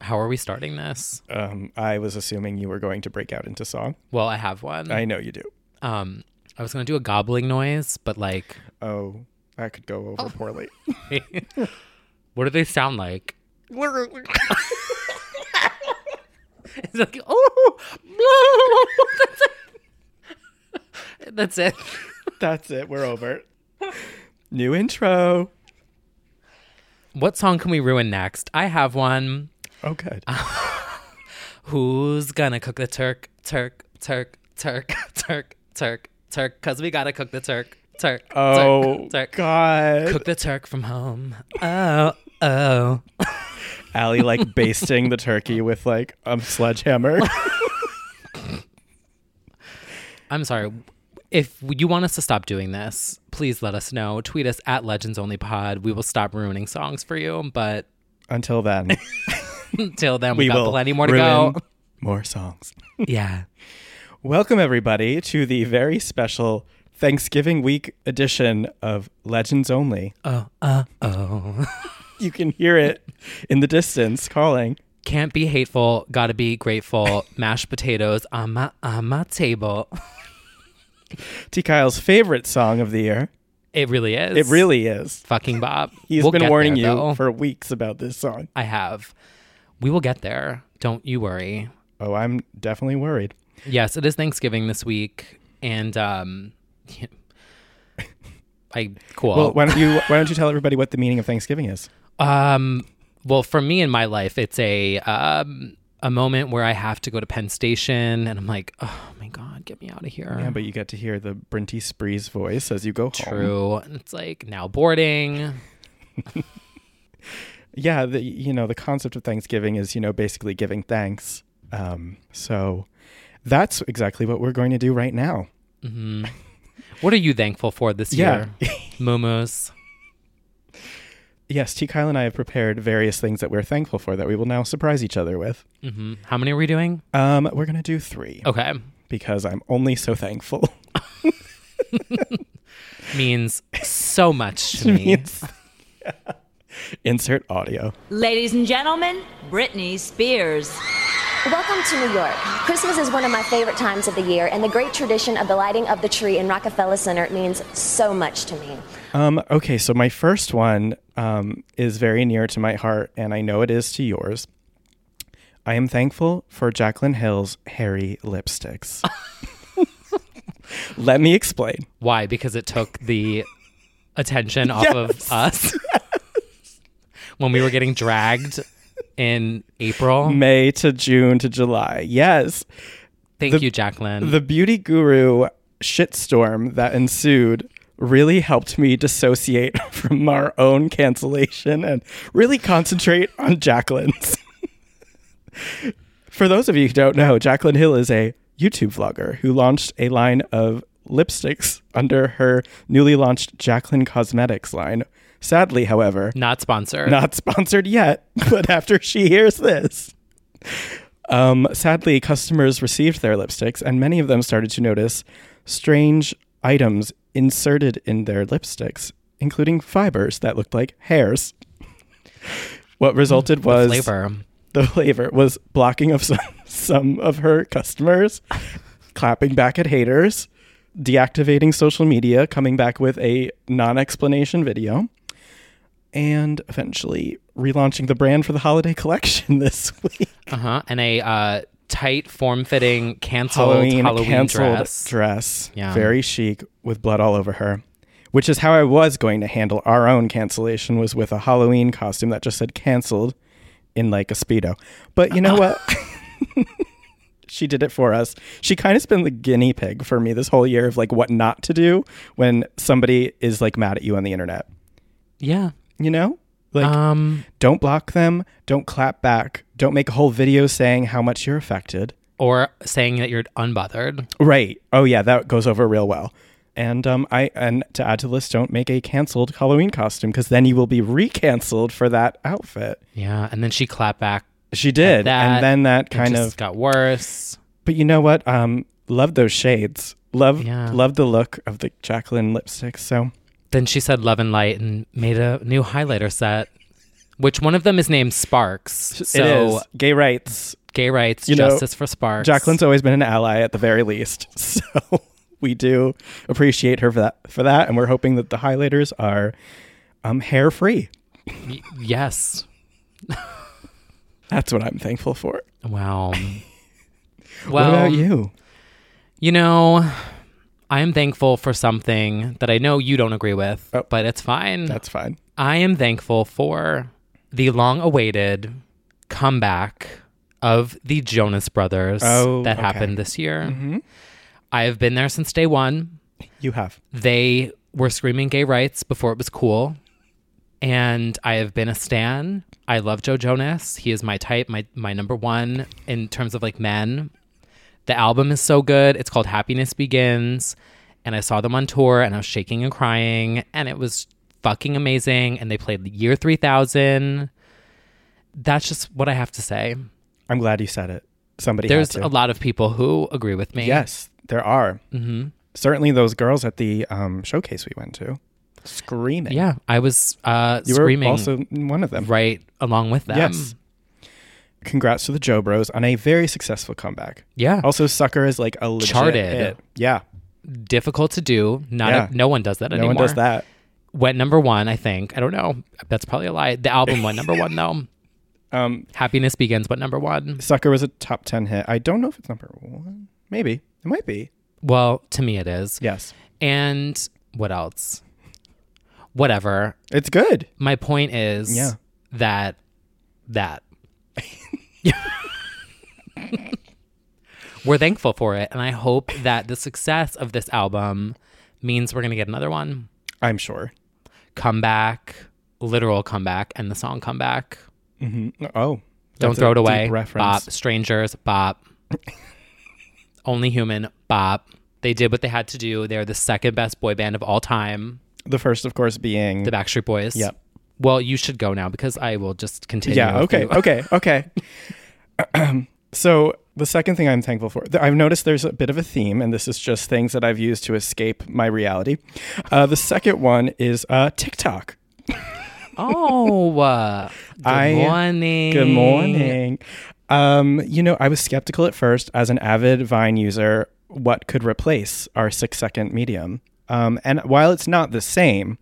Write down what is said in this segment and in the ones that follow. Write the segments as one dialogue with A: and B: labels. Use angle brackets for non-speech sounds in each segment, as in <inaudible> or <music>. A: How are we starting this?
B: Um, I was assuming you were going to break out into song.
A: Well, I have
C: Mm.
A: one.
B: I know you do.
A: um, I was gonna do a gobbling noise, but like,
B: Oh, that could go over poorly.
A: what do they sound like? it's like oh, that's it.
B: That's it. We're over. New intro.
A: What song can we ruin next? I have one.
B: Oh, good.
A: Who's gonna cook the turk, turk, turk, turk, <laughs> turk, turk, turk? Cause we gotta cook the turk, turk,
B: Oh,
A: turk, turk.
B: God.
A: Cook the turk from home. Oh, oh.
B: Allie like basting the turkey with like a sledgehammer.
A: I'm sorry. If you want us to stop doing this, please let us know. Tweet us at Legends Only Pod. We will stop ruining songs for you. But
B: Until then,
A: until then, we,
B: we
A: got
B: will
A: plenty more to
B: ruin
A: go.
B: More songs.
A: <laughs> yeah.
B: Welcome everybody to the very special Thanksgiving week edition of Legends Only.
A: Oh, uh, oh.
B: You can hear it in the distance calling.
A: Can't be hateful. Gotta
B: <laughs>
A: be grateful. Mashed potatoes on my on my table.
B: T. Kyle's favorite song of the year.
A: It really is.
B: It really is.
A: fucking Bob.
B: <laughs> He's
A: We'll
B: been
A: get
B: warning
A: there,
B: you
A: though.
B: for weeks about this song.
A: I have. We will get there. Don't you worry.
B: Oh, I'm definitely worried.
A: Yes, it is Thanksgiving this week, and um, <laughs> I cool.
B: Well, why don't
A: <laughs>
B: you why don't you tell everybody what the meaning of Thanksgiving is?
A: Um, well, for me in my life, it's a um, a moment where I have to go to Penn Station, and I'm like, oh my god, get me out of here.
B: Yeah, but you get to hear the Brinty Spree's voice as you go home.
A: True. And it's like now boarding.
B: Yeah, the you know, the concept of Thanksgiving is, you know, basically giving thanks. Um, so that's exactly what we're going to do right now.
A: What are you thankful for this
B: Yeah.
A: year, Moomoo's?
B: Yes, T. Kyle and I have prepared various things that we're thankful for that we will now surprise each other with.
A: hmm How many are we doing?
B: Um, we're gonna do three
A: Okay,
B: because I'm only so thankful. <laughs>
A: means so much
B: <laughs>
A: to me.
B: Insert audio.
D: Ladies and gentlemen, Britney Spears.
E: Welcome to New York. Christmas is one of my favorite times of the year, and the great tradition of the lighting of the tree in Rockefeller Center means so much to me.
B: Um, okay, so my first one um, is very near to my heart, and I know it is to yours. I am thankful for Jaclyn Hill's hairy lipsticks. Let me explain.
A: Why? Because it took the attention off of us <laughs> when we were getting dragged in April.
B: May to June to July. Yes,
A: Thank you, Jacqueline.
B: the beauty guru shitstorm that ensued really helped me dissociate <laughs> from our own cancellation and really concentrate on Jacqueline's. <laughs> For those of you who don't know, Jacqueline Hill is a YouTube vlogger who launched a line of lipsticks under her newly launched Jacqueline Cosmetics line Sadly, however,
A: Not sponsored.
B: not sponsored yet, <laughs> but after she hears this. Um, sadly, customers received their lipsticks, and many of them started to notice strange items inserted in their lipsticks, including fibers that looked like hairs. What resulted was
A: flavor.
B: the flavor was blocking of <laughs> some, some of her customers, clapping back at haters, deactivating social media, coming back with a non explanation video, and eventually relaunching the brand for the holiday <laughs> collection this week.
A: Uh huh. And a uh, tight, form fitting, canceled
B: Halloween,
A: Halloween,
B: canceled
A: dress.
B: dress.
A: Yeah.
B: Very chic with blood all over her. Which is how I was going to handle our own cancellation was with a Halloween costume that just said canceled in like a speedo. But you know
A: <laughs>
B: what? <laughs> she did it for us. She kind of has been the guinea pig for me this whole year of like what not to do when somebody is like mad at you on the internet.
A: yeah.
B: You know? Like
A: Um,
B: don't block them, don't clap back, don't make a whole video saying how much you're affected.
A: or saying that you're unbothered.
B: Right. Oh yeah, that goes over real well. And um, I and to add to the list, don't make a canceled Halloween costume because then you will be recanceled for that outfit.
A: Yeah. And then she clapped back.
B: She did,
A: that,
B: and then that
A: It
B: kind
A: just
B: of.
A: got worse.
B: But you know what? Um, love those shades. Love,
A: Yeah.
B: love the look of the Jacqueline lipstick. So
A: Then she said love and light and made a new highlighter set, which one of them is named Sparks. So
B: it is gay rights.
A: gay rights,
B: You know,
A: justice for Sparks.
B: Jacqueline's always been an ally at the very least. <laughs> So we do appreciate her for that. For that, and we're hoping that the highlighters are um, hair free.
A: Y- yes.
B: That's what I'm thankful for. <laughs>
A: Wow. well,
B: what about you?
A: You know, I am thankful for something that I know you don't agree with,
B: Oh.
A: but it's fine.
B: That's fine.
A: I am thankful for the long awaited comeback of the Jonas Brothers
B: Oh, okay.
A: that
B: Mm-hmm.
A: happened this year. I have been there since day one.
B: You have.
A: They were screaming gay rights before it was cool. And I have been a stan. I love Joe Jonas. He is my type, my my number one in terms of like men. The album is so good. It's called Happiness Begins. And I saw them on tour and I was shaking and crying and it was fucking amazing and they played Year 3000. That's just what I have to say.
B: I'm glad you said it. Somebody had
A: There's
B: to.
A: a lot of people who agree with me.
B: Yes, there are. Mm-hmm. Certainly, those girls at the um, showcase we went to, screaming.
A: Yeah, I was uh
B: you
A: screaming
B: were also one of them.
A: right along with them.
B: Yes. Congrats to the Joe Bros on a very successful comeback.
A: Yeah.
B: Also, Sucker is like a legit
A: Charted.
B: hit. Yeah,
A: difficult to do. Not
B: Yeah.
A: a, no one does that
B: no
A: anymore.
B: one does that.
A: Went number one, I think. I don't know. That's probably a lie. The album went number one though.
B: <laughs> Um,
A: Happiness begins went number one.
B: Sucker was a top ten hit. I don't know if it's number one. Maybe it might be.
A: Well, to me it is.
B: Yes,
A: And what else? Whatever.
B: it's good.
A: My point is
B: Yeah.
A: that that <laughs> we're thankful for it and I hope that the success of this album means we're going to get another one.
B: I'm sure.
A: Comeback, literal comeback and the song comeback.
B: Oh,
A: Don't
B: that's
A: throw
B: a
A: it away.
B: Deep
A: Bop.
B: reference.
A: Strangers. Bop. <laughs> Only human. Bop. They did what they had to do. They're the second best boy band of all time.
B: The first, of course, being
A: The Backstreet Boys.
B: Yep.
A: Well, you should go now because I will just continue.
B: Yeah.
A: if
B: Okay.
A: you-
B: Okay. Okay. <clears throat> so the second thing I'm thankful for, th- I've noticed there's a bit of a theme, and this is just things that I've used to escape my reality. Uh, the second one is uh, TikTok.
A: <laughs> Oh. Uh,
B: <laughs>
A: good
B: I-
A: morning.
B: Good morning. Um, you know, I was skeptical at first as an avid Vine user. What could replace our six-second medium? Um, and while it's not the same,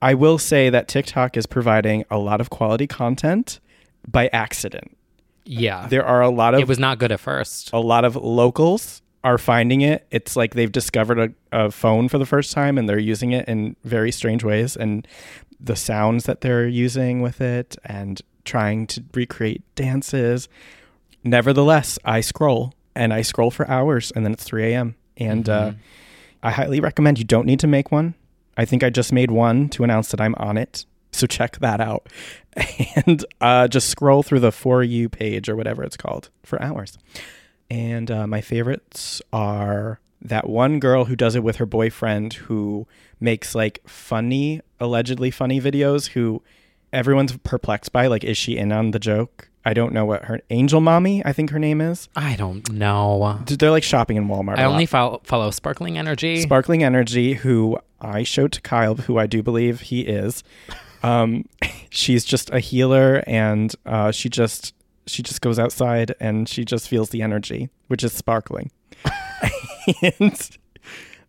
B: I will say that TikTok is providing a lot of quality content by accident.
A: Yeah.
B: There are a lot of
A: it was not good at first.
B: a lot of locals are finding it. It's like they've discovered a, a phone for the first time and they're using it in very strange ways and the sounds that they're using with it and trying to recreate dances. Nevertheless, I scroll and I scroll for hours and then it's 3 a.m. And uh, I highly recommend you don't need to make one. I think I just made one to announce that I'm on it. So check that out. <laughs> And uh, just scroll through the For You page or whatever it's called for hours. And uh, my favorites are that one girl who does it with her boyfriend who makes like funny allegedly funny videos who everyone's perplexed by. Like, is she in on the joke? I don't know what her angel mommy, I think her name is.
A: I don't know.
B: D- They're like shopping in Walmart.
A: I
B: a
A: only
B: lot.
A: follow, follow Sparkling Energy.
B: Sparkling Energy, who I showed to Kyle, who I do believe he is. Um, <laughs> she's just a healer, and uh, she just she just goes outside and she just feels the energy, which is sparkling. <laughs> and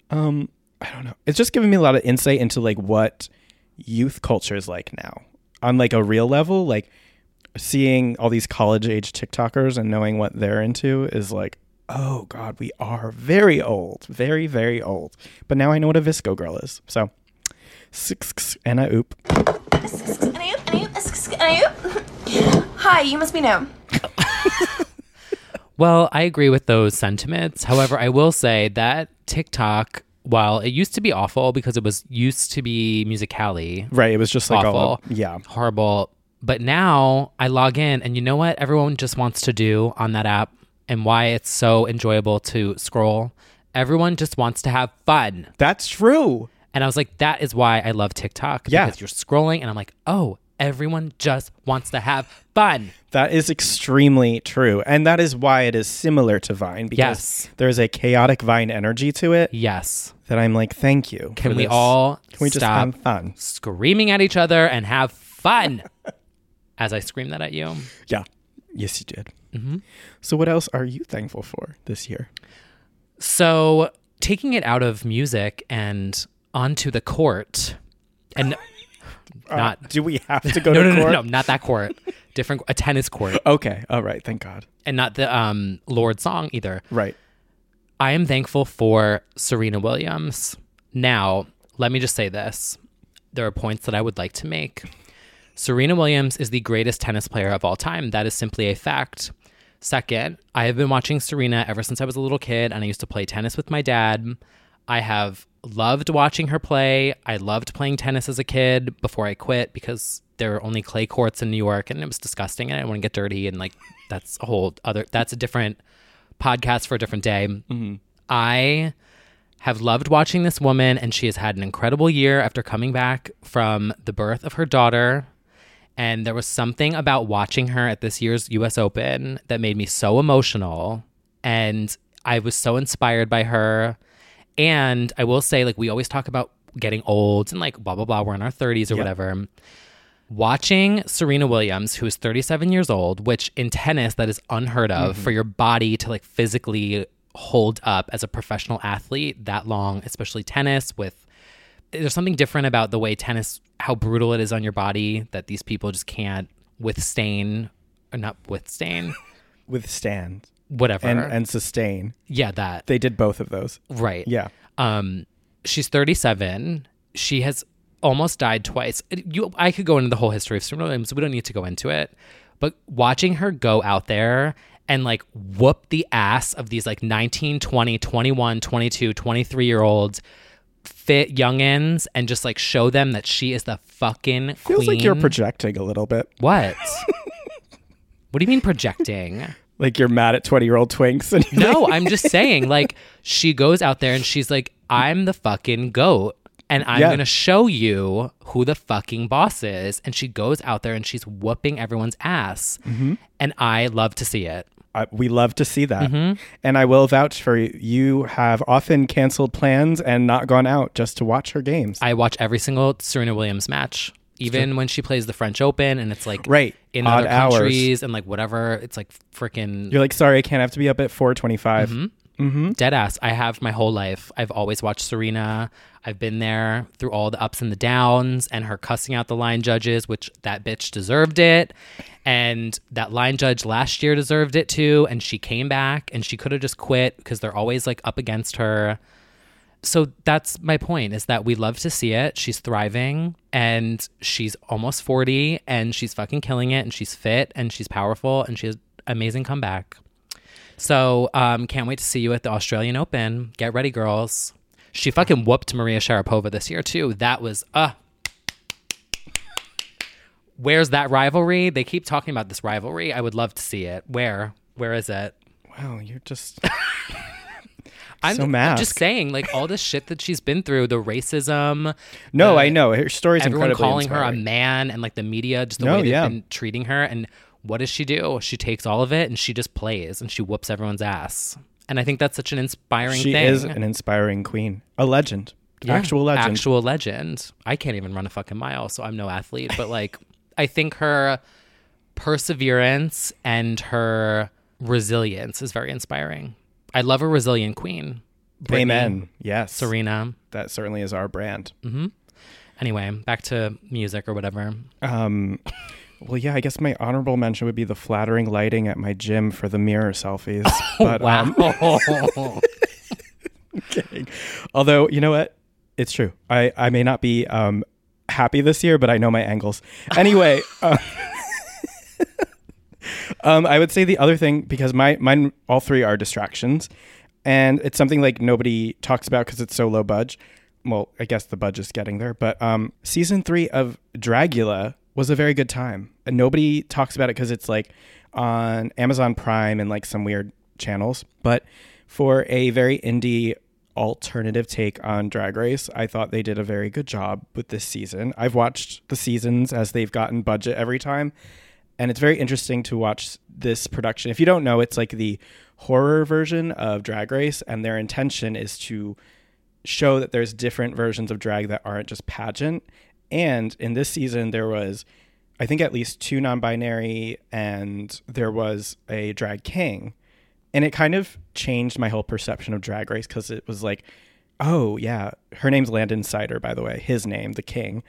B: um, I don't know. It's just giving me a lot of insight into like what youth culture is like now on like a real level. Like seeing all these college age TikTokers and knowing what they're into is like, oh God, we are very old, very, very old. But now I know what a Visco girl is. So, six and a oop.
F: Hi, you must be new.
A: Well, I agree with those sentiments. However, I will say that TikTok, while it used to be awful because it was used to be musically,
B: Right. It was just like
A: awful,
B: all, yeah.
A: horrible. But now I log in, and you know what? Everyone just wants to do on that app, and why it's so enjoyable to scroll. Everyone just wants to have fun,
B: That's true.
A: and I was like, that is why I love TikTok.
B: Yeah.
A: because you're scrolling, and I'm like, oh, everyone just wants to have fun.
B: That is extremely true. And that is why it is similar to Vine because
A: Yes.
B: there is a chaotic Vine energy to it
A: Yes.
B: that I'm like, thank you.
A: Can
B: for
A: we
B: this.
A: all
B: Can we just
A: stop
B: have fun?
A: screaming at each other and
B: <laughs>
A: have fun as I scream that at you.
B: Yeah. Yes, you did.
A: Mm-hmm.
B: So, what else are you thankful for this year?
A: So, taking it out of music and onto the court,
B: <laughs>
A: and not
B: Uh, Do we have <laughs> to go
A: no,
B: to
A: no, no,
B: court? Oh.
A: no, not that court, different a tennis court,
B: <laughs> Okay. All right. Thank God.
A: and not the um Lord song either.
B: Right.
A: I am thankful for Serena Williams. Now, let me just say this. There are points that I would like to make. Serena Williams is the greatest tennis player of all time. That is simply a fact. Second, I have been watching Serena ever since I was a little kid and I used to play tennis with my dad. I have loved watching her play. I loved playing tennis as a kid before I quit because there were only clay courts in New York and it was disgusting and I didn't want to get dirty and like that's a whole other that's a different podcast for a different day. I have loved watching this woman, and she has had an incredible year after coming back from the birth of her daughter. And there was something about watching her at this year's US Open that made me so emotional. And I was so inspired by her. And I will say, like, we always talk about getting old and like blah, blah, blah, we're in our 30s or whatever. Watching Serena Williams, who is 37 years old, which in tennis that is unheard of
B: Mm-hmm.
A: for your body to like physically hold up as a professional athlete that long, especially tennis with there's something different about the way tennis how brutal it is on your body that these people just can't withstand or not withstand <laughs>
B: Withstand
A: whatever.
B: and, and sustain.
A: yeah, that.
B: They did both of those.
A: right.
B: Yeah.
A: Um, she's 37. She has almost died twice. It- You, I could go into the whole history of Serena Williams. We don't need to go into it. But watching her go out there and like whoop the ass of these like 19, 20, 21, 22, 23 year olds, fit youngins, and just like show them that she is the fucking
B: Feels like you're
A: queen.
B: projecting a little bit.
A: What? <laughs> what do you mean projecting?
B: Like you're mad at 20 year old twinks. And you're
A: No, I'm just saying, like, she goes out there and she's like, I'm the fucking goat. And I'm
B: Yeah.
A: going to show you who the fucking boss is. And she goes out there and she's whooping everyone's ass.
B: Mm-hmm.
A: And I love to see it.
B: like, <laughs> I, we love to see that.
A: Mm-hmm.
B: And I will vouch for you. You have often canceled plans and not gone out just to watch her games.
A: I watch every single Serena Williams match, even when she plays the French Open and it's like
B: Right.
A: in
B: Odd
A: other
B: hours.
A: countries and like whatever. It's like freaking
B: you're like, sorry, I can't I have to be up at 425.
A: Mm-hmm. dead ass. I have my whole life. I've always watched Serena. I've been there through all the ups and the downs and her cussing out the line judges, which that bitch deserved it. And that line judge last year deserved it too. And she came back and she could have just quit because they're always like up against her. So that's my point is that we love to see it. She's thriving and she's almost 40 and she's fucking killing it and she's fit and she's powerful and she has amazing comeback. So um, can't wait to see you at the Australian Open. Get ready, girls. She fucking whooped Maria Sharapova this year too. That was uh Where's that rivalry? They keep talking about this rivalry. I would love to see it. Where? Where is it?
B: Wow, you're just
A: I'm,
B: So
A: I'm just
B: masked.
A: saying, like all this shit that she's been through, the racism,
B: <laughs> No,
A: the-
B: I know her story's
A: everyone
B: incredibly
A: calling her a
B: inspiring.
A: man, and like the media, just the
B: No,
A: way they've
B: yeah.
A: been treating her. And what does she do? She takes all of it and she just plays and she whoops everyone's ass. And I think that's such an inspiring
B: She
A: thing.
B: is an inspiring queen, a legend,
A: Yeah.
B: actual legend.
A: Actual legend. I can't even run a fucking mile, so I'm no athlete. But like, <laughs> I think her perseverance and her resilience is very inspiring. I love a resilient queen. Brittany,
B: Amen. Yes,
A: Serena.
B: that certainly is our brand.
A: Anyway, back to music or whatever.
B: Well, yeah, I guess my honorable mention would be the flattering lighting at my gym for the mirror selfies. but
A: wow.
B: um, <laughs> although you know what, it's true. I I may not be um happy this year, but I know my angles. Anyway. um, Um, I would say the other thing because my mine all three are distractions, and it's something like nobody talks about because it's so low budge. Well, I guess the budge is getting there, but um, season three of Dragula was a very good time, and nobody talks about it because it's like on Amazon Prime and like some weird channels. But for a very indie alternative take on Drag Race, I thought they did a very good job with this season. I've watched the seasons as they've gotten budget every time, and it's very interesting to watch this production. If you don't know, it's like the horror version of Drag Race, and their intention is to show that there's different versions of drag that aren't just pageant. And in this season, there was, I think, at least two non binary, and there was a drag king. And it kind of changed my whole perception of Drag Race because it was like, oh, yeah, her name's Landon Sider, by the way, his name, the king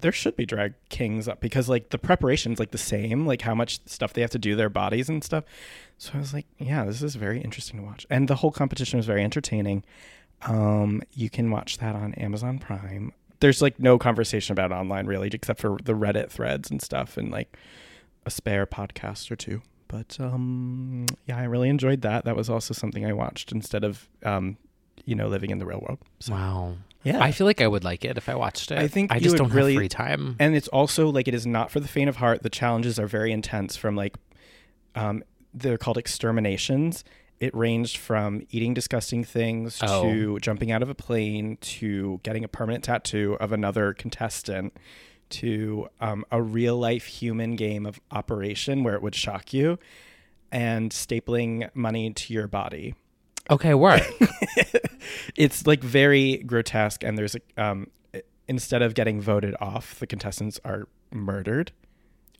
B: there should be drag kings up because like the preparation's like the same, like how much stuff they have to do their bodies and stuff. So I was like, yeah, this is very interesting to watch. And the whole competition was very entertaining. Um, you can watch that on Amazon Prime. There's like no conversation about it online really, except for the Reddit threads and stuff and like a spare podcast or two. But um yeah, I really enjoyed that. That was also something I watched instead of um, you know, living in the real world.
A: <laughs> wow.
B: Yeah.
A: I feel like I would like it if I watched it.
B: I think
A: I
B: you
A: just
B: would
A: don't
B: really-
A: have free time.
B: And it's also like it is not for the faint of heart. The challenges are very intense from like um they're called exterminations. It ranged from eating disgusting things
A: Oh.
B: to jumping out of a plane to getting a permanent tattoo of another contestant to um, a real life human game of operation where it would shock you and stapling money to your body <laughs>
A: okay, work.
B: it's like very grotesque and there's a um instead of getting voted off the contestants are murdered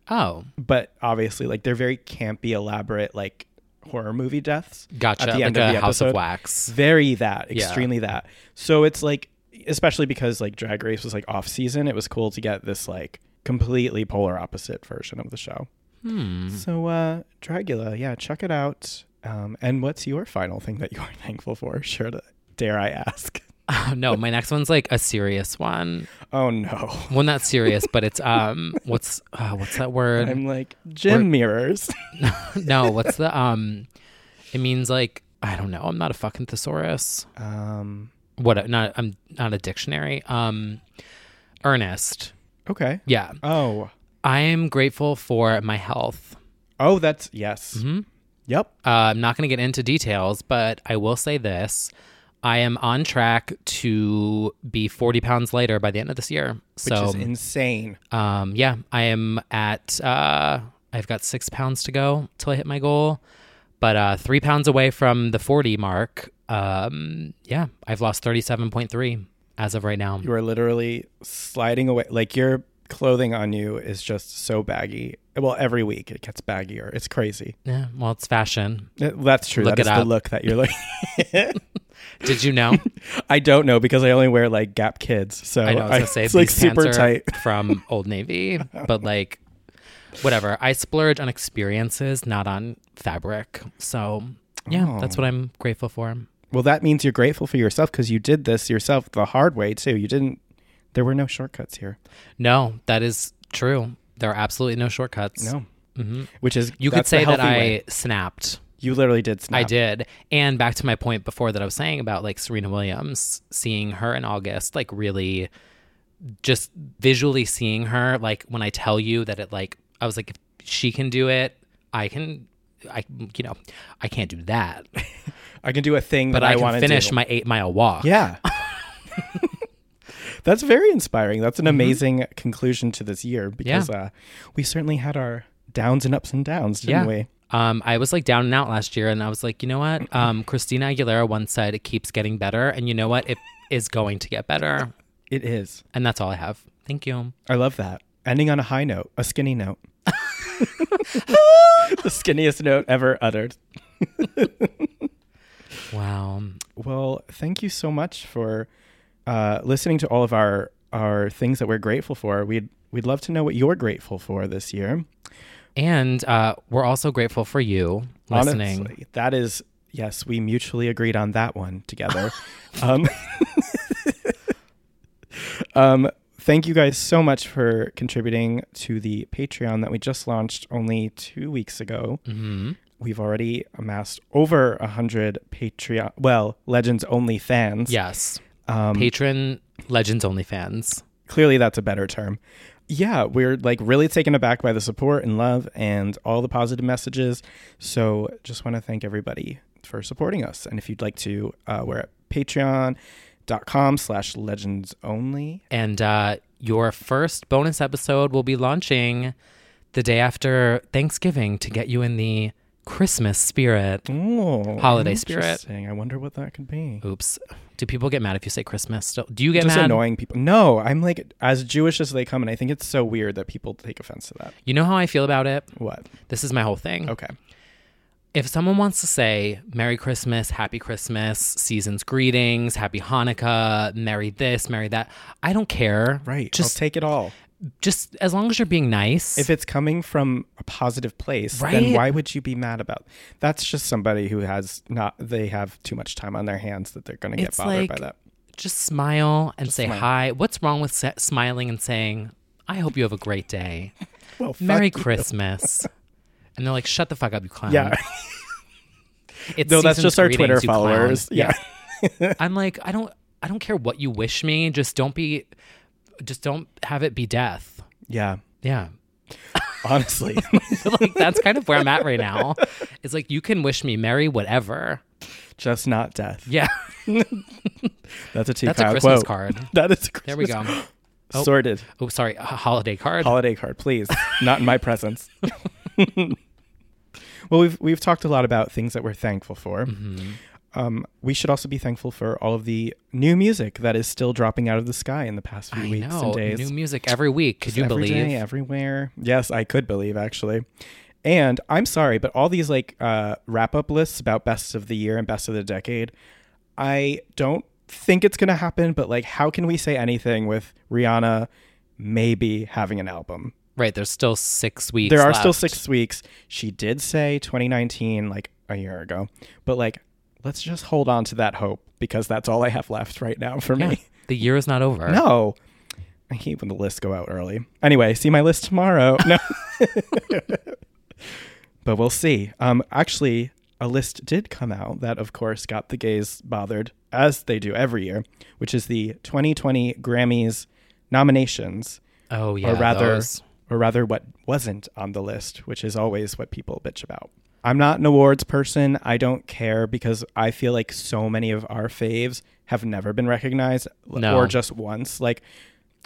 A: oh,
B: but obviously like they're very campy elaborate like horror movie deaths
A: gotcha. Like a House of Wax.
B: very that
A: Yeah.
B: extremely that so it's like especially because like drag race was like off season it was cool to get this like completely polar opposite version of the show
A: Hmm.
B: so uh dragula yeah check it out um and what's your final thing that you are <laughs> thankful for sure to dare i ask <laughs>
A: no, my next one's like a serious one.
B: oh no
A: Well, not serious, but it's um, what's uh, what's that word?
B: i'm like gym mirrors <laughs>
A: no, what's the um? It means like I don't know. I'm not a fucking thesaurus.
B: um
A: What? a- Not I'm not a dictionary. Um, earnest.
B: okay
A: Yeah,
B: oh
A: I am grateful for my health.
B: oh that's yes yep
A: Uh, I'm not going to get into details, but I will say this: I am on track to be 40 pounds lighter by the end of this year.
B: which
A: So
B: is insane
A: Um, yeah, I am at. Uh, I've got six pounds to go till I hit my goal, but uh, three pounds away from the forty mark. Um, yeah, I've lost thirty-seven point three as of right now.
B: You are literally sliding away. Like your clothing on you is just so baggy. Well, every week it gets baggier. It's crazy.
A: Yeah, well, it's fashion.
B: That- That's true.
A: Look
B: That
A: it
B: is the
A: up.
B: look that
A: <laughs>
B: you're like.
A: Did
B: <laughs>
A: you know?
B: I don't know because I only wear like Gap Kids. So
A: I know. I was gonna say
B: it's like
A: these pants
B: super
A: are
B: tight.
A: <laughs> from Old Navy, but like, whatever. I splurge on experiences, not on fabric. So yeah,
B: Oh.
A: that's what I'm grateful for.
B: Well, that means you're grateful for yourself because you did this yourself the hard way too. You didn't. There were no shortcuts here.
A: No, that is true. There are absolutely no shortcuts.
B: No. Which is
A: Mm-hmm. You could
B: that's the
A: say that
B: healthy
A: I
B: way.
A: snapped.
B: You literally did. Snap.
A: I did. And back to my point before that I was saying about like Serena Williams, seeing her in August, like really just visually seeing her, like when I tell you that it like I was like if she can do it, I can I you know, I can't do that. <laughs>
B: I can do a thing
A: but
B: that
A: I,
B: I, want
A: can
B: to
A: finish
B: do.
A: my eight mile walk.
B: Yeah. That's very inspiring. That's an amazing conclusion to this year because uh, we certainly had our downs and ups and downs, didn't
A: Yeah.
B: we?
A: Um, I was like down and out last year, and I was like, you know
B: <laughs>
A: what? Um, Christina Aguilera once said it keeps getting better, and you know what? It is going to get better,
B: It is.
A: and that's all I have. Thank you.
B: I love that. Ending on a high note, a skinny note. the skinniest note ever uttered.
A: Wow.
B: Well, thank you so much for uh, listening to all of our our things that we're grateful for. We'd we'd love to know what you're grateful for this year.
A: And uh, we're also grateful for you listening.
B: Honestly, that is yes, we mutually agreed on that one together. um, um, thank you guys so much for contributing to the Patreon that we just launched only two weeks ago. We've already amassed over a hundred Patreon, well, Legends only fans.
A: Yes.
B: Um,
A: Patron Legends Only fans.
B: clearly that's a better term. Yeah, we're like really taken aback by the support and love and all the positive messages. So just want to thank everybody for supporting us. And if you'd like to, uh, we're at patreon.com slash legends only.
A: And uh, your first bonus episode will be launching the day after Thanksgiving to get you in the Christmas spirit.
B: Oh,
A: Holiday spirit.
B: interesting. I wonder what that could be.
A: Oops. Do people get mad if you say Christmas? Still? Do you get
B: Just
A: mad?
B: annoying people. No, I'm like as Jewish as they come. And I think it's so weird that people take offense to that.
A: You know how I feel about it?
B: What?
A: This is my whole thing.
B: Okay.
A: If someone wants to say Merry Christmas, Happy Christmas, season's greetings, Happy Hanukkah, Merry this, Merry that, I don't care.
B: Right.
A: Just
B: I'll take it all.
A: just as long as you're being nice.
B: If it's coming from a positive place,
A: Right?
B: then why would you be mad about? That's just somebody who has not they have too much time on their hands that they're going to get
A: It's
B: bothered
A: like-
B: by that.
A: just smile and say
B: smile.
A: hi. What's wrong with sa- smiling and saying, "I hope you have a great day,
B: <laughs> Well, fuck
A: Merry
B: you.
A: Christmas," and they're like, "Shut the fuck up, you clown."
B: Yeah. <laughs>
A: it's
B: No, that's
A: season's
B: just our
A: greetings,
B: Twitter
A: you clown.
B: followers. Yeah.
A: I'm like, I don't, I don't care what you wish me. Just don't be, just don't have it be death.
B: Yeah. <laughs>
A: Yeah. <laughs>
B: Honestly.
A: like that's kind of where I'm at right now. It's like you can wish me merry whatever.
B: just not death.
A: Yeah.
B: That's a T
A: That's a
B: Kyle
A: Christmas
B: quote.
A: card.
B: <laughs> That is a Christmas
A: <laughs> There we go. Oh.
B: Sorted.
A: Oh, sorry, a holiday card.
B: holiday card, please. Not in my
A: <laughs>
B: presence. well, we've we've talked a lot about things that we're thankful for.
A: Mm-hmm.
B: Um, we should also be thankful for all of the new music that is still dropping out of the sky in the past few
A: I
B: weeks
A: know.
B: and days.
A: New music every week. Could you
B: Every
A: believe?
B: day, everywhere? Yes, I could believe actually. And I'm sorry, but all these like uh, wrap up lists about best of the year and best of the decade, I don't think it's gonna happen. But like, how can we say anything with Rihanna maybe having an album?
A: Right. There's still six weeks.
B: there are still
A: left.
B: six weeks. She did say 2019, like a year ago, but like, let's just hold on to that hope because that's all I have left right now for
A: Yeah.
B: me.
A: The year is not over.
B: <laughs> No, I hate when the lists go out early. Anyway, see my list tomorrow. <laughs> No, but we'll see. Um, actually, a list did come out that, of course, got the gays bothered as they do every year, which is the 2020 Grammys nominations
A: Oh yeah.
B: or rather
A: those.
B: or rather what wasn't on the list, which is always what people bitch about. I'm not an awards person. I don't care because I feel like so many of our faves have never been recognized l-
A: No.
B: or just once. Like,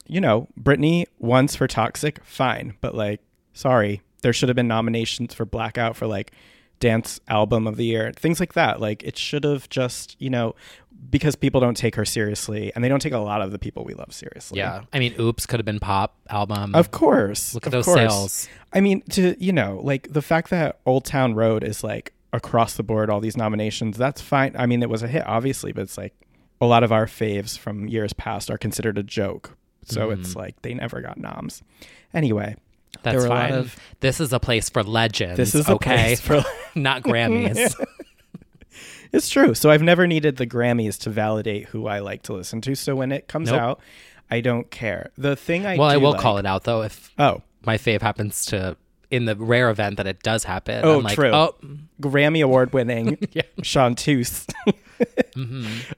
B: you know, Britney once for Toxic, fine, but like, sorry, there should have been nominations for Blackout for like dance album of the year, things like that. Like, it should have just, you know, because people don't take her seriously and they don't take a lot of the people we love seriously.
A: Yeah. I mean, oops, could have been pop album.
B: Of course.
A: Mm. Look at
B: of
A: those
B: course.
A: sales.
B: I mean, to you know, like the fact that Old Town Road is like across the board, all these nominations, that's fine. I mean, it was a hit, obviously, but it's like a lot of our faves from years past are considered a joke. So
A: Mm.
B: it's like they never got noms. Anyway,
A: That's
B: there were
A: fine.
B: a lot of
A: this is a place for legends.
B: this is
A: okay.
B: okay
A: <laughs>
B: for
A: not Grammys.
B: It's true. So I've never needed the Grammys to validate who I like to listen to. So when it comes
A: Nope.
B: out, I don't care. The thing <laughs> I
A: well, I
B: do
A: will
B: like-
A: call it out though if
B: Oh,
A: my fave happens to in the rare event that it does happen.
B: Oh,
A: I'm like,
B: true.
A: Oh,
B: Grammy award winning Chanteuse.